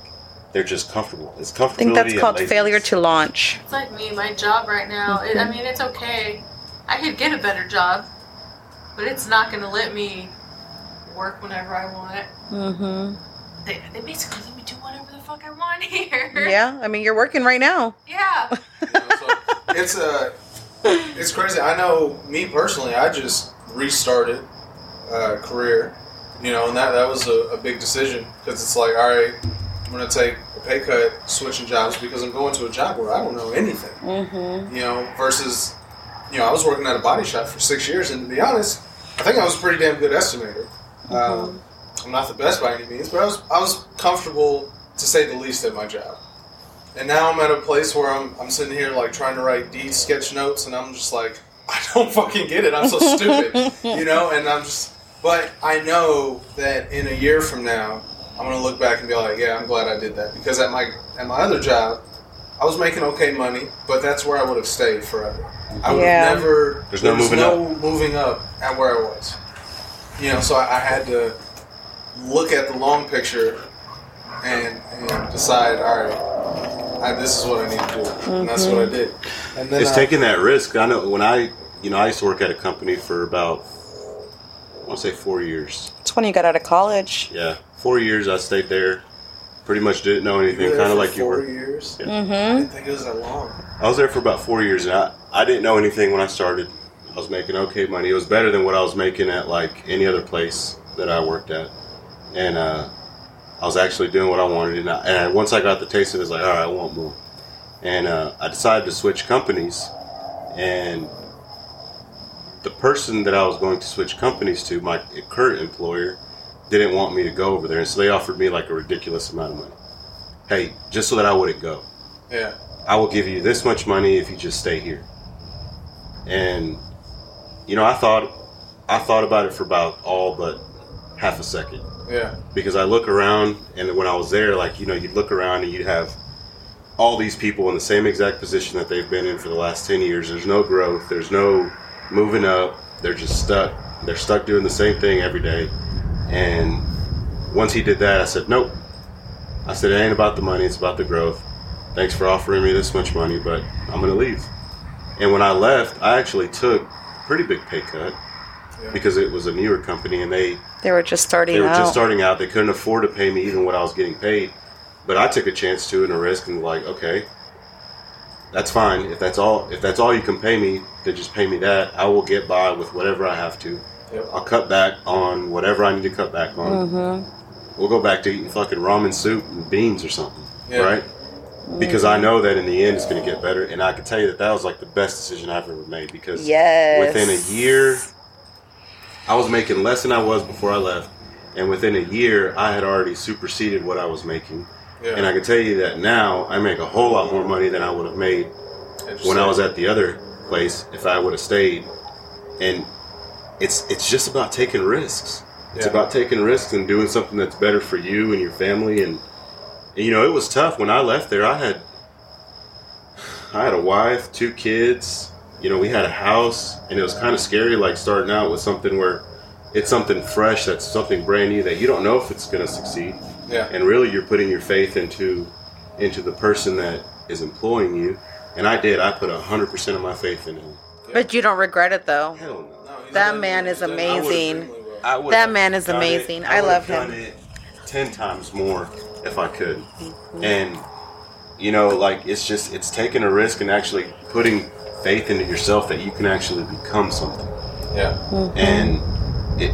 they're just comfortable. It's comfortability.
I think that's
and
called
laziness.
failure to launch.
It's like me, my job right now. It, I mean, it's okay. I could get a better job, but it's not going to let me work whenever I want. Mm-hmm.
hmm
They, they basically let me do whatever the fuck I want here.
Yeah, I mean, you're working right now.
Yeah.
You know, so it's a It's crazy. I know me personally, I just restarted uh, career, you know, and that, that was a, a big decision because it's like, all right, I'm going to take a pay cut switching jobs because I'm going to a job where I don't know anything, mm-hmm. you know, versus, you know, I was working at a body shop for six years, and to be honest, I think I was a pretty damn good estimator. Um, I'm not the best by any means, but I was, I was comfortable, to say the least, at my job. And now I'm at a place where I'm, I'm sitting here like trying to write D sketch notes, and I'm just like, I don't fucking get it. I'm so stupid, you know. And I'm just, but I know that in a year from now, I'm gonna look back and be like, yeah, I'm glad I did that because at my at my other job, I was making okay money, but that's where I would have stayed forever. I would
Yeah.
have never.
There's no
there was
moving
no moving up at where I was. You know, so I, I had to look at the long picture and, and decide, all right. I, this is what I need to do, and that's
Mm-hmm.
what I did. And then uh,
it's
I-
taking that risk. I know when I, you know, I used to work at a company for about, I want to say four years.
It's when you got out of college.
Yeah, four years. I stayed there. Pretty much didn't
You
know
were
anything.
there
Kind of
for
like you
four
were.
Years.
Yeah.
Mm-hmm.
I didn't think it was that long.
I was there for about four years, and I, I didn't know anything when I started. I was making okay money. It was better than what I was making at like any other place that I worked at, and uh, I was actually doing what I wanted. And, I, and I- once I got the taste of it, I was like, all right, I want more. And uh, I decided to switch companies, and the person that I was going to switch companies to, my current employer, didn't want me to go over there, and so they offered me like a ridiculous amount of money. Hey, just so that I wouldn't go.
Yeah.
I will give you this much money if you just stay here. And you know, I thought I thought about it for about all but half a second
Yeah.
because I look around and when I was there, like you know, you'd look around and you'd have all these people in the same exact position that they've been in for the last ten years. There's no growth. There's no moving up. They're just stuck. They're stuck doing the same thing every day. And once he did that, I said, nope. I said, it ain't about the money. It's about the growth. Thanks for offering me this much money, but I'm gonna leave. And when I left, I actually took a pretty big pay cut
Yeah.
because it was a newer company and they
They were just starting
they were
out.
just starting out. They couldn't afford to pay me even what I was getting paid. But I took a chance to and a risk and like, okay, that's fine. If that's all, if that's all you can pay me, then just pay me that. I will get by with whatever I have to.
Yep.
I'll cut back on whatever I need to cut back on. We'll go back to eating fucking ramen soup and beans or something,
Yeah.
right? Because I know that in the end it's going to get better, and I can tell you that that was like the best decision I've ever made. Because
yes.
within a year i was making less than i was before i left and within a year i had already superseded what i was making
Yeah.
and i can tell you that now i make a whole lot more money than i would have made when i was at the other place if i would have stayed and it's it's just about taking risks it's
Yeah.
about taking risks and doing something that's better for you and your family and and, you know it was tough when i left there i had i had a wife two kids you know we had a house and it was kind of scary like starting out with something where it's something fresh that's something brand new that you don't know if it's going to succeed
Yeah.
and really you're putting your faith into into the person that is employing you and i did i put 100% of my faith in him
But you don't regret it though.
hell no
No, he's
That
done-
man is
he's done
amazing.
extremely well.
I would
That
have
man is
done
amazing.
it-
I
would
love
have done
him.
it Ten times more if I could,
Mm-hmm.
and you know, like it's just it's taking a risk and actually putting faith into yourself that you can actually become something.
Yeah.
Mm-hmm.
And it,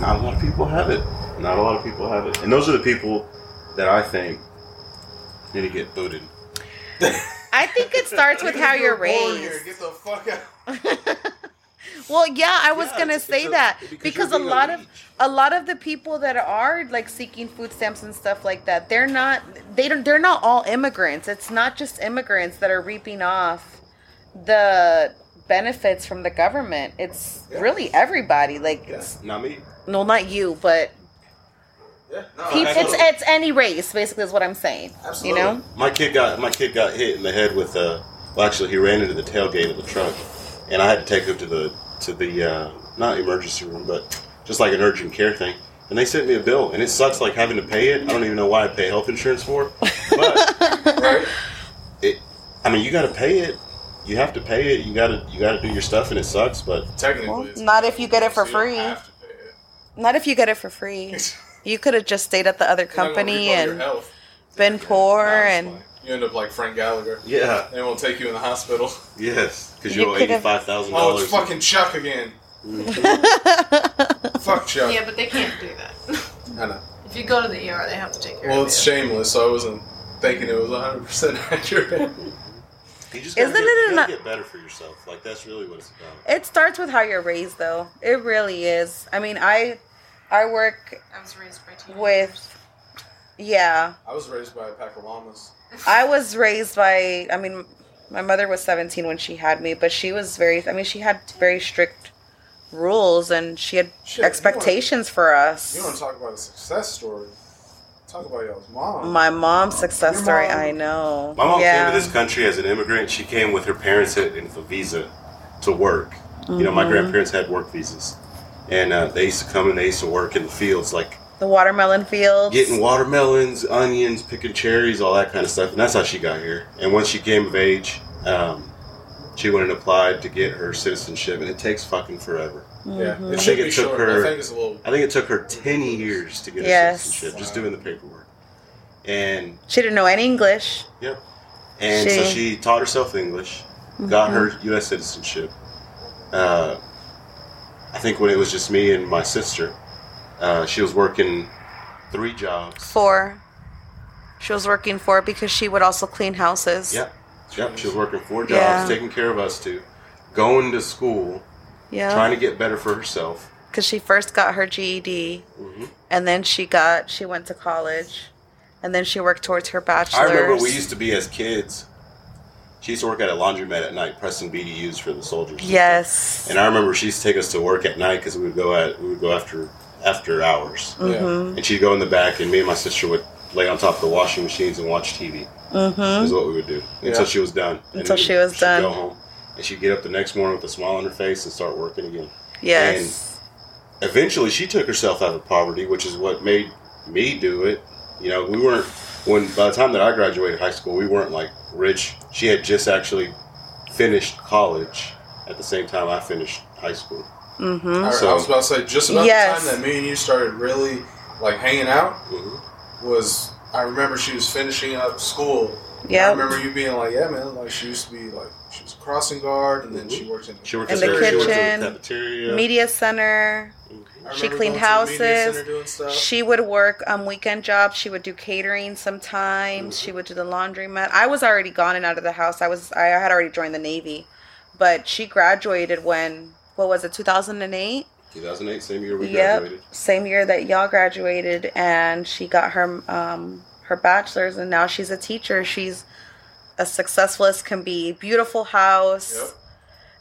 not a lot of people have it. Not a lot of people have it. And those are the people that I think need to get booted.
I think it starts with how you're
Warrior,
raised.
Get the fuck out.
Well, yeah, I was
Yeah,
gonna
it's-
say
it's a-
that
because you're
because a
being
lot of
elite.
a lot of the people that are like seeking food stamps and stuff like that, they're not they don't they're not all immigrants. It's not just immigrants that are reaping off the benefits from the government. It's
Yeah.
really everybody. Like it's
Yes, not me.
no, not you, but
Yeah. No,
peop it's
absolutely.
it's any race basically is what I'm saying.
Absolutely.
You know,
My kid got my kid got hit in the head with a. Well, actually, he ran into the tailgate of the truck, and I had to take him to the to the uh, not emergency room, but just like an urgent care thing. And they sent me a bill, and it sucks like having to pay it. I don't even know why I pay health insurance for, but
right.
it. I mean, you got to pay it. You have to pay it. You got to you got to do your stuff, and it sucks. But
Technically, it's-
not if you get it for
you don't
free.
have to pay it.
Not if you get it for free. You could have just stayed at the other
They're not gonna
company
reap all your
and
health.
been poor
No, it's
and
fine. You end up like Frank Gallagher.
Yeah.
And it will take you in the hospital.
Yes. Because
You
you owe
could've-
eighty-five thousand
Oh, it's
dollars.
fucking Chuck again.
Mm-hmm.
Fuck Chuck.
Yeah, but they can't do that.
I know.
If you go to the ER, they have to take care
Well,
of
it's
you.
shameless, so I wasn't thinking it was 100% accurate.
You just gotta
Isn't
get-
it
you gotta
an-
get better for yourself. Like that's really what it's about.
It starts with how you're raised, though. It really is. I mean, I, I work
I was raised by teenagers.
with, yeah.
I was raised by a pack of llamas.
I was raised by, I mean, my mother was 17 when she had me, but she was very, I mean, she had very strict rules and she had
Shit, you wanna-
expectations for
You want to
us.
talk about a success story? Talk about y'all's mom.
My mom's success
Your
story,
mom-
I know.
My mom
yeah.
came to this country as an immigrant. She came with her parents and and with a visa to work. You know,
Mm-hmm.
my grandparents had work visas, and uh, they used to come and they used to work in the fields, like
The watermelon fields.
getting watermelons, onions, picking cherries, all that kind of stuff. And that's how she got here. And once she came of age, um, she went and applied to get her citizenship, and it takes fucking forever.
Yeah,
Mm-hmm. I
it
think
should
it
be
took
short.
her-
I think it's a little.
I think it took her ten years to get her
Yes.
citizenship, just
Wow.
doing the paperwork. And
She didn't know any English.
Yep. And so
She-
she taught herself English, got her
Mm-hmm.
U.S. citizenship. Uh, I think when it was just me and my sister, uh, she was working three jobs.
Four. She was working four because she would also clean houses.
Yep. Yep. She was working four jobs,
Yeah.
taking care of us two, going to school,
Yeah.
trying to get better for herself.
Because she first got her GED,
Mhm.
and then she got she went to college, and then she worked towards her bachelor's.
I remember we used to be as kids. She used to work at a laundromat at night, pressing BDUs for the soldiers. and stuff.
Yes.
And I remember she used to take us to work at night because we would go at we would go after after hours,
Yeah.
and she'd go in the back, and me and my sister would lay on top of the washing machines and watch TV. Mm-hmm. Is what we would do until
Yeah.
she was done. And
Until
then
she was
she'd
done.
Go home, and she'd get up the next morning with a smile on her face and start working again.
Yes.
Eventually, she took herself out of poverty, which is what made me do it. You know, we weren't when by the time that I graduated high school, we weren't like rich. She had just actually finished college at the same time I finished high school.
Mm-hmm.
I, I
So-
was about to say, just about
Yes.
the time that me and you started really like hanging out
hmm
was. I remember she was finishing up school. I
Yep.
remember you being like, "Yeah, man!" Like she used to be like she was a crossing guard, and then she worked in.
Mhm. She worked
In
at
the
She worked at
kitchen,
the cafeteria.
Media center.
I
She
remember
cleaned
going to the media
houses.
center doing stuff.
She would work um, weekend jobs. She would do catering sometimes. She would do the laundromat. I was already gone and out of the house. I was I had already joined the Navy, but she graduated when what was it 2008?
2008, same year we
Yep,
graduated.
same year that y'all graduated, and she got her um, her bachelor's, and now she's a teacher. She's as successful as can be. Beautiful house.
Yep.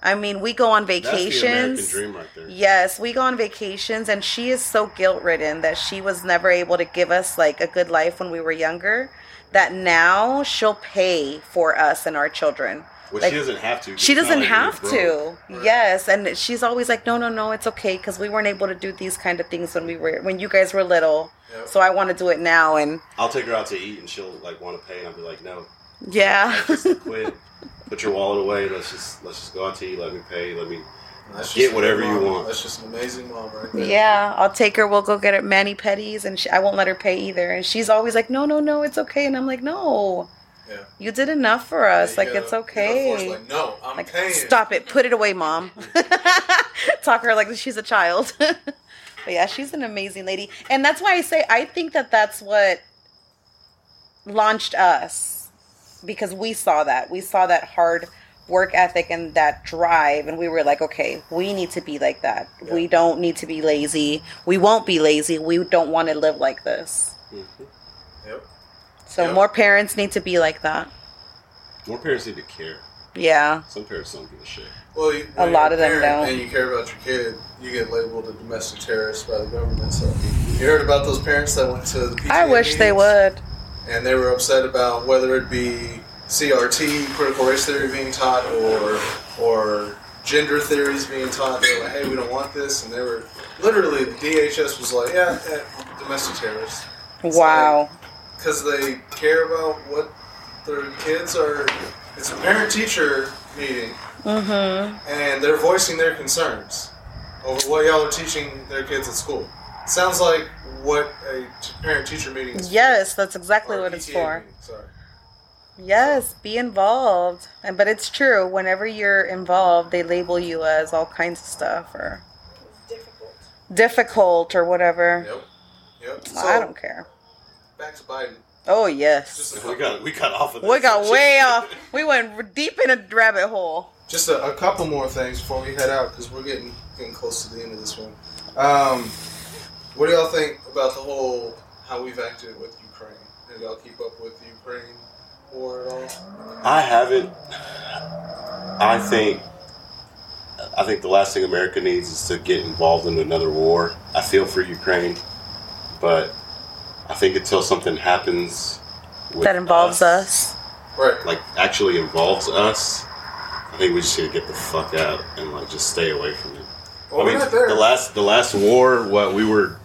I mean, we go on
That's the American
vacations.
dream right there.
Yes, we go on vacations, and she is so guilt ridden that she was never able to give us like a good life when we were younger. That now she'll pay for us and our children.
Well,
Like,
she doesn't have
She
to. It's not
doesn't
like
have
we're broke.
to. Yes, and she's always like, "No, no, no, it's okay because we weren't able to do these kind of things when we were when you guys were little.
Yep.
So I want to do it now." And
I'll take her out to eat, and she'll like want to pay, and I'll be like, "No,
yeah,
just quit. Put your wallet away. Let's just let's just go out to eat. Let me pay. Let me."
That's
Get
just a
whatever
good
you
mom.
want.
That's just an amazing mom right there.
yeah, I'll take her. We'll go get her mani pedis, and she, I won't let her pay either. And she's always like, "No, no, no, it's okay." And I'm like, "No,
Yeah.
you did enough for us.
You
like
gotta-
it's
you gotta force,
okay."
Like, no, I'm
Like,
paying.
stop it. Put it away, mom. Talk to her like she's a child. but yeah, she's an amazing lady. And that's why I say I think that that's what launched us because we saw that. We saw that hard work ethic and that drive and we were like, okay, we need to be like that. We don't need to be lazy. We won't be lazy. We don't want to live like this.
Yep.
So
Yeah.
more parents need to be like that.
More parents need to care.
Yeah.
Some parents don't give a shit.
Well, you,
A
when
lot
you're
of them
parent
don't.
And you care about your kid, you get labeled a domestic terrorist by the government. So you heard about those parents that went to the PTA
I wish they
meetings
would.
And they were upset about whether it be CRT, critical race theory being taught, or or gender theories being taught. They were like, hey, we don't want this. And they were literally the DHS was like, yeah, yeah domestic terrorists.
Wow.
because they care about what their kids are. It's a parent teacher meeting,
Mm-hmm.
and they're voicing their concerns over what y'all are teaching their kids at school. Sounds like what a parent teacher meeting is.
Yes, that's exactly
or a
what it's
PTA
for.
meeting, sorry.
Yes, be involved. And but it's true. Whenever you're involved, they label you as all kinds of stuff or
It's difficult.
difficult or whatever.
Yep. Yep.
Well, I don't care.
back to Biden.
Oh yes,
Just
We
a,
got we got off of that.
we got way off. We went deep in a rabbit hole.
just a, a couple more things before we head out because we're getting getting close to the end of this one. Um, what do y'all think about the whole how we've acted with Ukraine? Did y'all keep up with the Ukraine war at all?
I haven't. I think. I think the last thing America needs is to get involved in another war. I feel for Ukraine, but I think until something happens with
That involves us.
Right.
like actually involves us, I think we just need to get the fuck out and like just stay away from it.
Well,
I
we're
mean,
not there.
the last the last war, what we were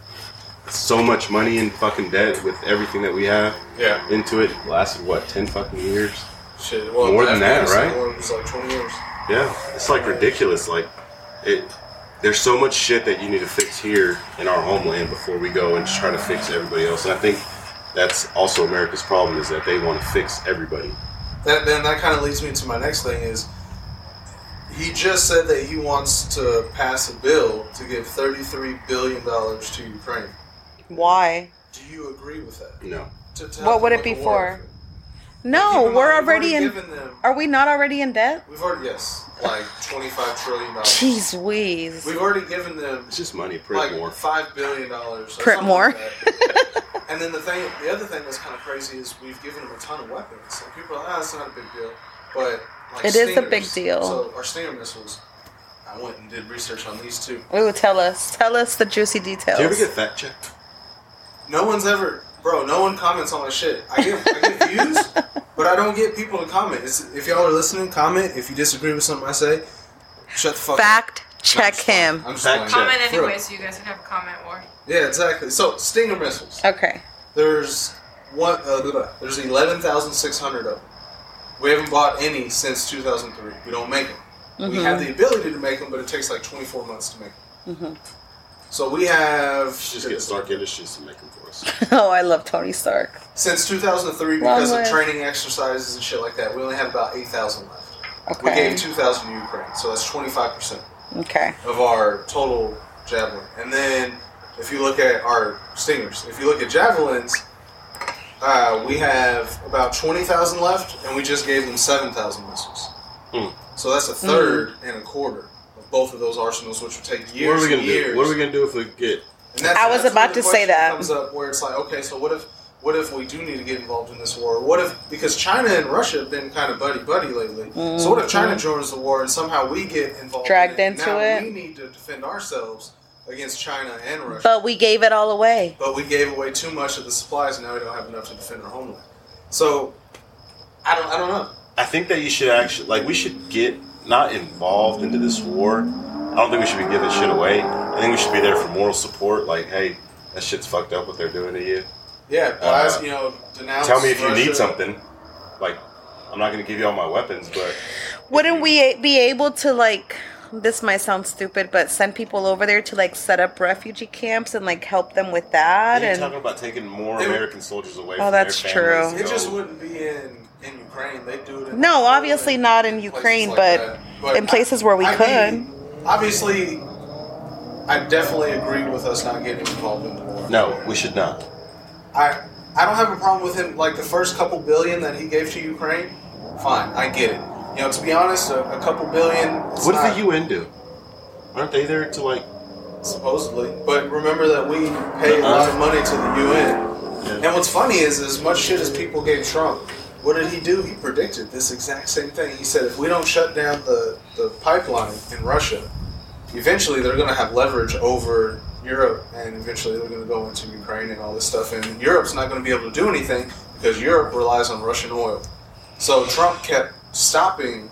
so much money in fucking debt with everything that we have
yeah.
into it lasted what ten fucking years.
Shit. Well,
More than that,
Afghanistan
right?
War was like twenty years.
Yeah, it's like ridiculous. Like it, there's so much shit that you need to fix here in our homeland before we go and try to fix everybody else. And I think that's also America's problem is that they want to fix everybody.
That then that kind of leads me to my next thing is. He just said that he wants to pass a bill to give thirty-three billion dollars to Ukraine.
Why?
Do you agree with that?
No,
To, to
What
help
would it
them with
be
the war
for?
effort. Keep
No,
in
we're
mind, we've
already in.
Given them,
Are we not already in debt?
we've already yes, like twenty-five trillion dollars.
Jeez, wheeze.
We've already given them
it's just money, print
like
more.
five billion dollars. or
Print
something
more.
like that. and then the thing, the other thing that's kind of crazy is we've given them a ton of weapons. And people are like, ah, it's not a big deal, but like
It is a big
stingers.
deal.
So our stinger missiles. I went and did research on these two.
Ooh, tell us. Tell us the juicy
Do you ever
details.
get fact checked?
No one's ever, bro. No one comments on my shit. I get, I get views, but I don't get people to comment. It's, if y'all are listening, comment. If you disagree with something I say, shut the fuck up.
Fact check him.
I'm just
Fact
like-
check.
Comment
For real.
anyway, so you guys can have a comment war.
Yeah, exactly. So Stinger missiles.
Okay.
There's one. Uh, blah, blah. there's eleven thousand six hundred of them. We haven't bought any since 2003. We don't make them. We have
Mm-hmm.
the ability to make them, but it takes like 24 months to make them.
Mm-hmm.
So we have
Just get Stark Industries to make them for us.
Oh, I love Tony Stark.
since 2003
Wrong
because of
way.
training exercises and shit like that. We only have about 8,000 left. We
Okay.
gave 2,000 to Ukraine, so that's 25 percent.
Okay.
of our total javelin. And then if you look at our stingers, if you look at javelins, uh, we have about 20,000 left, and we just gave them 7,000 missiles.
Hmm.
So that's a third and a quarter of both of those arsenals, which would take years.
what are we gonna
and years.
do? What are we gonna do if we get?
And that's-
I was
that's
about to
where the
say
question
that.
comes up where it's like, okay, so what if what if we do need to get involved in this war? What if because China and Russia have been kind of buddy buddy lately? So what if China joins the war and somehow we get
Mm-hmm.
involved?
Dragged
in it?
into
now
it.
We need to defend ourselves against China and Russia, but,
But we gave it all away.
we gave away too much of the supplies, and now we don't have enough to defend our homeland. So I don't, I don't know.
I think that you should actually like we should get not involved into this war. I don't think we should be giving shit away. I think we should be there for moral support. Like, hey, that shit's fucked up what they're doing to you.
Yeah, guys,
Uh,
you know, denounce.
Tell me if you
Russia.
need something. Like, I'm not gonna give you all my weapons, but
Wouldn't we be able to like? This might sound stupid, but send people over there to like set up refugee camps and like help them with that.
you're
And
talking about taking more
It-
American soldiers away.
Oh,
from
that's
their families
true.
to
It just
go-
wouldn't be in in Ukraine. They do it. In
No, obviously
in
not in
places
Ukraine,
like
but
that.
in places where we could.
mean, obviously, I definitely agree with us not getting involved in the war.
No, we should not.
I I don't have a problem with him. Like the first couple billion that he gave to Ukraine, fine, I get it. You know, to be honest, a, a couple billion. it's
what does
not-
the UN do? Aren't they there to like?
supposedly. But remember that we pay a lot
Uh-huh.
of money to the UN. And what's funny is, as much shit as people gave Trump, what did he do? He predicted this exact same thing. He said, if we don't shut down the, the pipeline in Russia, eventually they're going to have leverage over Europe, and eventually they're going to go into Ukraine and all this stuff. And Europe's not going to be able to do anything because Europe relies on Russian oil. So Trump kept stopping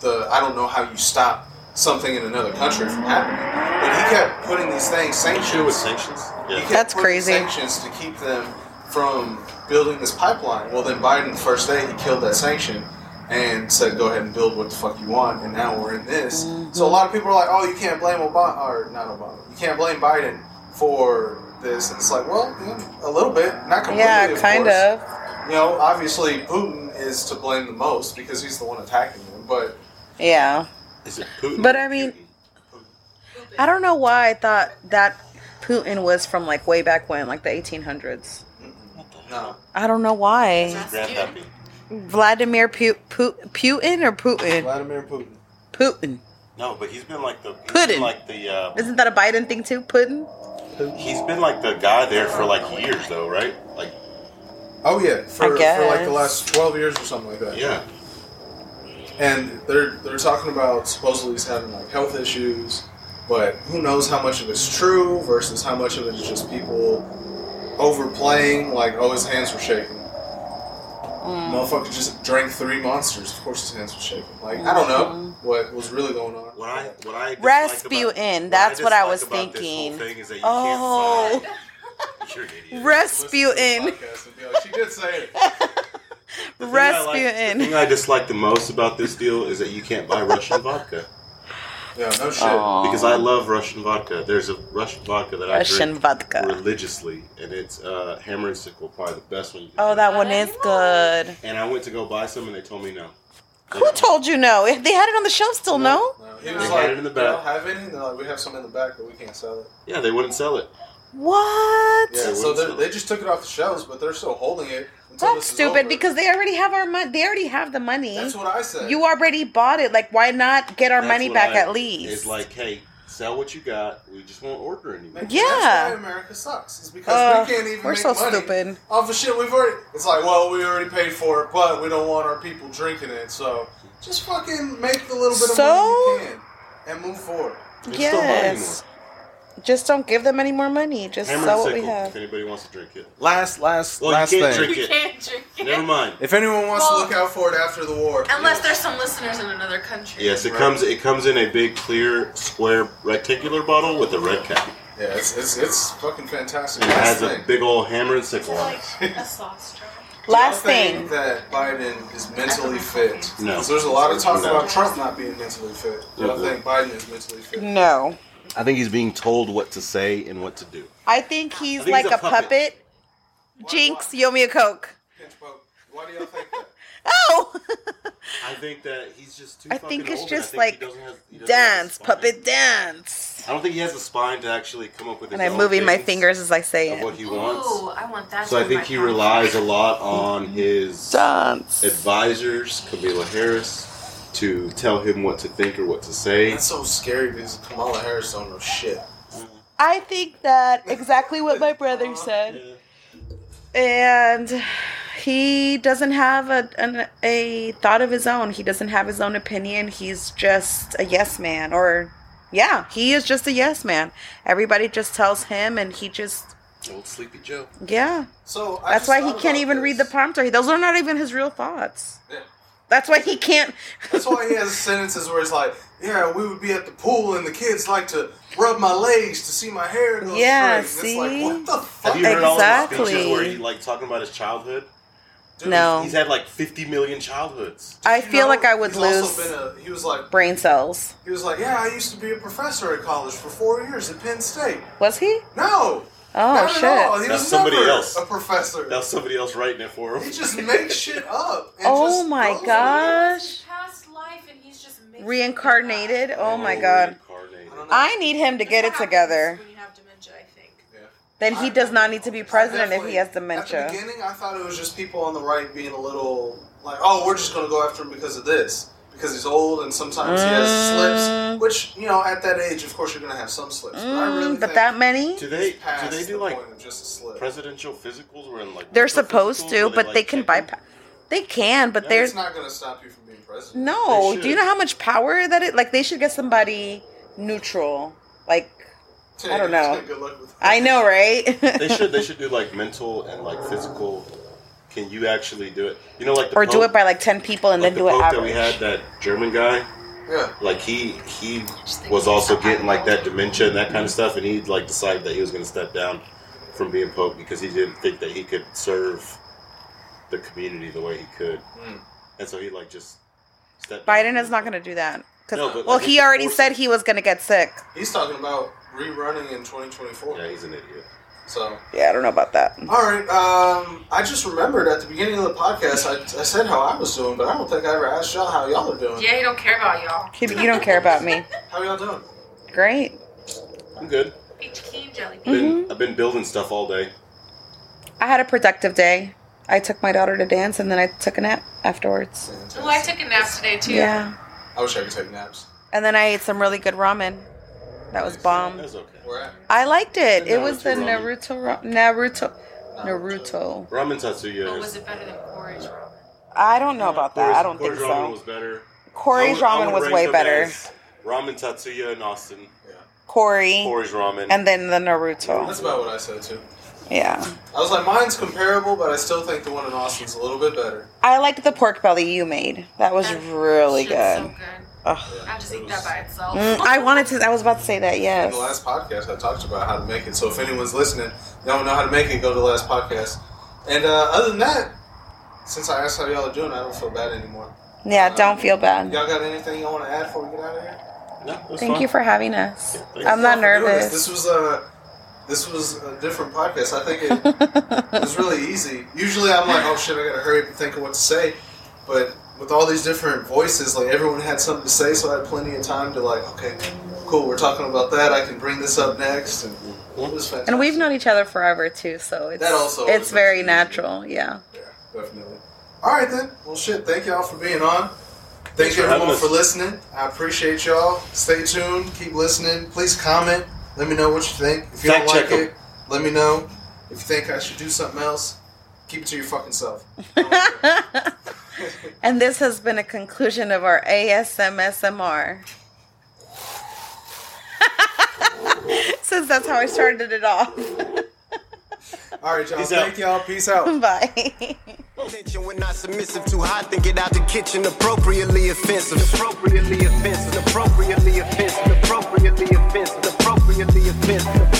the I don't know how you stop something in another country from happening. But he kept putting these things
Sure, with
sanctions.
sanctions.
He
Yeah.
kept
That's
putting
crazy.
Sanctions to keep them from building this pipeline. Well, then Biden, the first day, he killed that sanction and said, "Go ahead and build what the fuck you want." And now we're in this. So a lot of people are like, "Oh, you can't blame Obama or not Obama. You can't blame Biden for." This and it's like, well, yeah, a little bit, not completely.
yeah,
of
kind
course
of.
you know, obviously Putin is to blame the most because he's the one attacking them. But
Yeah.
Is it Putin?
But I mean, I don't know why I thought that Putin was from like way back when, like the 1800s.
no,
I don't know why.
Grandpappy.
Vladimir Pu- Pu- Putin or Putin?
Vladimir Putin.
Putin.
No, but he's been like the he's
Puddin'.
been like the uh,
Isn't that a Biden thing too? Putin?
he's been like the guy there for like years though, right? Like
Oh yeah, for, for like
guess.
the last twelve years or something like that.
yeah,
and they're they're talking about supposedly he's having like health issues, but who knows how much of it's true versus how much of it is just people overplaying. Like, oh, his hands were shaking.
Mm.
Motherfucker just drank three monsters. Of course, his hands were shaking. Like, I don't know
Mm-hmm.
what was really going on.
What I what I dislike
Rasputin, that's what I was
dislike about this whole
thinking.
thing is that you
Oh.
can't find- You're an idiot.
Listen to this
Rasputin.
podcast and be like, She did say it.
The thing I like- The
Rasputin.
thing I dislike the most about this deal is that you can't buy Russian vodka
Yeah, no shit.
because I love Russian vodka. There's a Russian vodka that I
Russian
drink
vodka.
religiously, and it's uh, Hammer and Sickle, probably the best one. You can
Oh,
get.
that one is good.
And I went to go buy some, and they told me no.
Who told you no? They had it on the shelf still, no?
No, Uh, he
They
was
had
like,
it in the
"You
back."
don't have any?" And they're like, "We have some in the back, but we can't sell it."
Yeah, they wouldn't sell it.
What?
Yeah,
They
so
wouldn't
they
sell
they
it.
just took it off the shelves, but they're still holding it. Until
That's
this is
stupid
over.
because they already have our money. They already have the money.
that's what I said.
You already bought it. Like, why not get our
That's
money
what
back
I-
at least?
It's like, hey, sell what you got. We just won't order anymore.
Make-
Yeah.
That's why America sucks. Is because
Ugh,
we can't even
we're
make
so
money
stupid.
off the shit we've already. It's like, well, we already paid for it, but we don't want our people drinking it, so just fucking make the little bit of
So-
money you can and move forward.
It's still mine
yes. Just don't give them any more money. Just
Hammer
sell
and
what we
Sickle. If
have.
anybody wants to drink it.
Last, last,
Well,
last
you
thing.
can't
We
drink
can't drink
it.
it.
Never mind.
If anyone wants
Well-
to
Look out for it after the war.
Unless there's some listeners in another country.
Yes, it comes. It comes in a big clear square rectangular bottle with a red cap.
Yeah, it's, it's, it's fucking fantastic.
It
Last
has
thing.
a big old hammer and sickle on it.
Like a sauce jar.
Last
Do y'all think
thing.
that Biden is mentally fit.
No.
'Cause there's a lot of talk
No.
about Trump not being mentally fit. Do y'all
Mhm.
think Biden is mentally fit?
No.
I think he's being told what to say and what to do.
I think he's
I think
like
he's
a,
a
puppet.
puppet.
Jinx, you owe me a Coke.
Pinch poke. Why do y'all think that?
Oh!
I think that he's just too.
I
fucking
think it's
old and I
just
think he
like,
doesn't have- he doesn't have a
dance,
spine.
puppet, dance.
I don't think he has a spine to actually come up with. His
And I'm
own
moving my
things
fingers as I say
Of
it.
what he wants.
Ooh, I want that.
So I
for
think
my
he
phone.
relies a lot on his
Dance.
advisors, Camila Harris, to tell him what to think or what to say.
That's so scary because Kamala Harris don't know shit.
I think that exactly what my brother said. and he doesn't have a an, a thought of his own. He doesn't have his own opinion. He's just a yes man, or yeah, he is just a yes man. Everybody just tells him, and he just
Old Sleepy Joe.
yeah.
So I
That's
just
why he
thought
can't
about
even read the
this.
prompt. Or he, those are not even his real thoughts.
Yeah.
That's why he can't.
That's why he has sentences where it's like, "Yeah, we would be at the pool and the kids like to rub my legs to see my hair go
Yeah,
straight." And
see?
It's like, what the fuck?
Have you heard all the
Exactly. Oh.
speeches where he like talking about his childhood?
Dude,
No.
He's had like 50 million childhoods.
I
you
feel
know,
like I would
he's
lose
Also been a, he was like,
brain cells.
he was like, "Yeah, I used to be a professor at college for four years at Penn State."
Was he?
No.
Oh,
not
shit.
At all. He
That's
was
somebody
never
else.
A professor.
Now somebody else writing it for
he
him.
just makes shit up. and
Oh
just
my
goes with it.
gosh.
His past life, and he's just mixing it up.
Reincarnated. Oh my
Oh,
god.
reincarnated.
I don't know.
I need him to
That's
get
what
it together.
happens When you have dementia, I think.
Then he does not need to be president if he
Definitely.
has
At the
dementia.
beginning, I thought it was just people on the right being a little like, "Oh, we're just going to go after him because of this." Because he's old and sometimes he has slips, which you know, at that age, of course, you're going to have some slips. but I really
Mm. Mm, but
think
that many?
Do
it's
they do
past
they
the
do like
point of just a slip.
presidential physicals where in like
They're
mental
supposed
physicals
to,
where
but
like,
they can
check you?
bypass. They can, but
And
they're
it's not going to stop you from being
Mm,
president.
no.
They
Do you know
should.
how much power that it? Like they should get somebody neutral. Like I don't know.
Good luck with that.
I know, right?
They should they should do like mental and like physical. Can you actually do it? You know, like the
or
Pope,
do it by like ten people and
like
then
the
do it
Pope that we
average.
had that German guy.
Yeah.
Like he he was also getting like that dementia and that kind of stuff, and he like decided that he was going to step down from being pope because he didn't think that he could serve the community the way he could, and so he like just stepped. down.
Biden is not going to do that. 'Cause-
No, but
well,
I think
he
the
already
force-
said he was going to get sick.
He's talking about rerunning in 2024.
Yeah, he's an idiot.
So
Yeah, I don't know about that.
all right, um, I just remembered at the beginning of the podcast I, I said how I was doing, but I don't think I ever asked y'all how y'all are doing.
Yeah, he don't care about y'all.
Kid, You don't care about me.
How y'all doing?
Great.
I'm good.
Peach keen jelly bean.
Been,
Mm-hmm.
I've been building stuff all day.
I had a productive day. I took my daughter to dance and then I took a nap afterwards.
Well, I took a nap today too.
Yeah.
I wish I could take naps.
And then I ate some really good ramen. That was bomb.
That's okay.
Where at?
I liked it. It was the
Naruto
Naruto ra- Naruto Naruto.
Ramen Tatsuya.
But
is-
was it better than Corey's ramen?
I don't know about that.
Corey's-
I don't think
Corey's ramen was
so.
better.
Corey's
I would- I
ramen
would
was
rank
way
them
better.
as Ramen Tatsuya in Austin.
Corey
Corey's ramen.
and then the Naruto.
That's about what I said too.
Yeah.
I was like, mine's comparable, but I still think the one in Austin's a little bit better.
I liked the pork belly you made. That was
That
really
shit's So
good.
good.
Ugh.
I'll just eat that by itself.
Mm, I wanted to. I was about to say that.
In the
Yes.
last podcast, I talked about how to make it. So if anyone's listening, y'all know how to make it, go to the last podcast. And uh, other than that, since I asked how y'all are doing, I don't feel bad anymore.
Yeah. Don't feel bad.
Y'all got anything y'all want to add before we get out of here?
No, it was
Thank
fine.
you for having us.
Thank
I'm
Y'all
not
for doing this.
nervous.
This was a this was a different podcast. I think it was really easy. Usually, I'm like, oh shit, I gotta hurry up and think of what to say. But with all these different voices, like everyone had something to say, so I had plenty of time to like, okay, cool, we're talking about that. I can bring this up next, and it was fantastic.
And we've known each other forever too, so it's
That also
it's
is
very
nice.
natural. Yeah.
Yeah, definitely. All right then. Well, shit. Thank y'all for being on. Thank
Thanks for
you everyone
having
for
us.
listening. I appreciate y'all. Stay tuned. Keep listening. Please comment. Let me know what you think. If you
Fact
don't like
check 'em.
it, let me know. If you think I should do something else, keep it to your fucking self. I don't care.
And this has been a conclusion of our ASMSMR. Since that's how I started it off.
All right, y'all.
Peace out.
Thank y'all. Peace out.
Bye.
Attention when not submissive too hot, then get out the kitchen appropriately offensive. Appropriately offensive, appropriately offensive, appropriately offensive, appropriately offensive.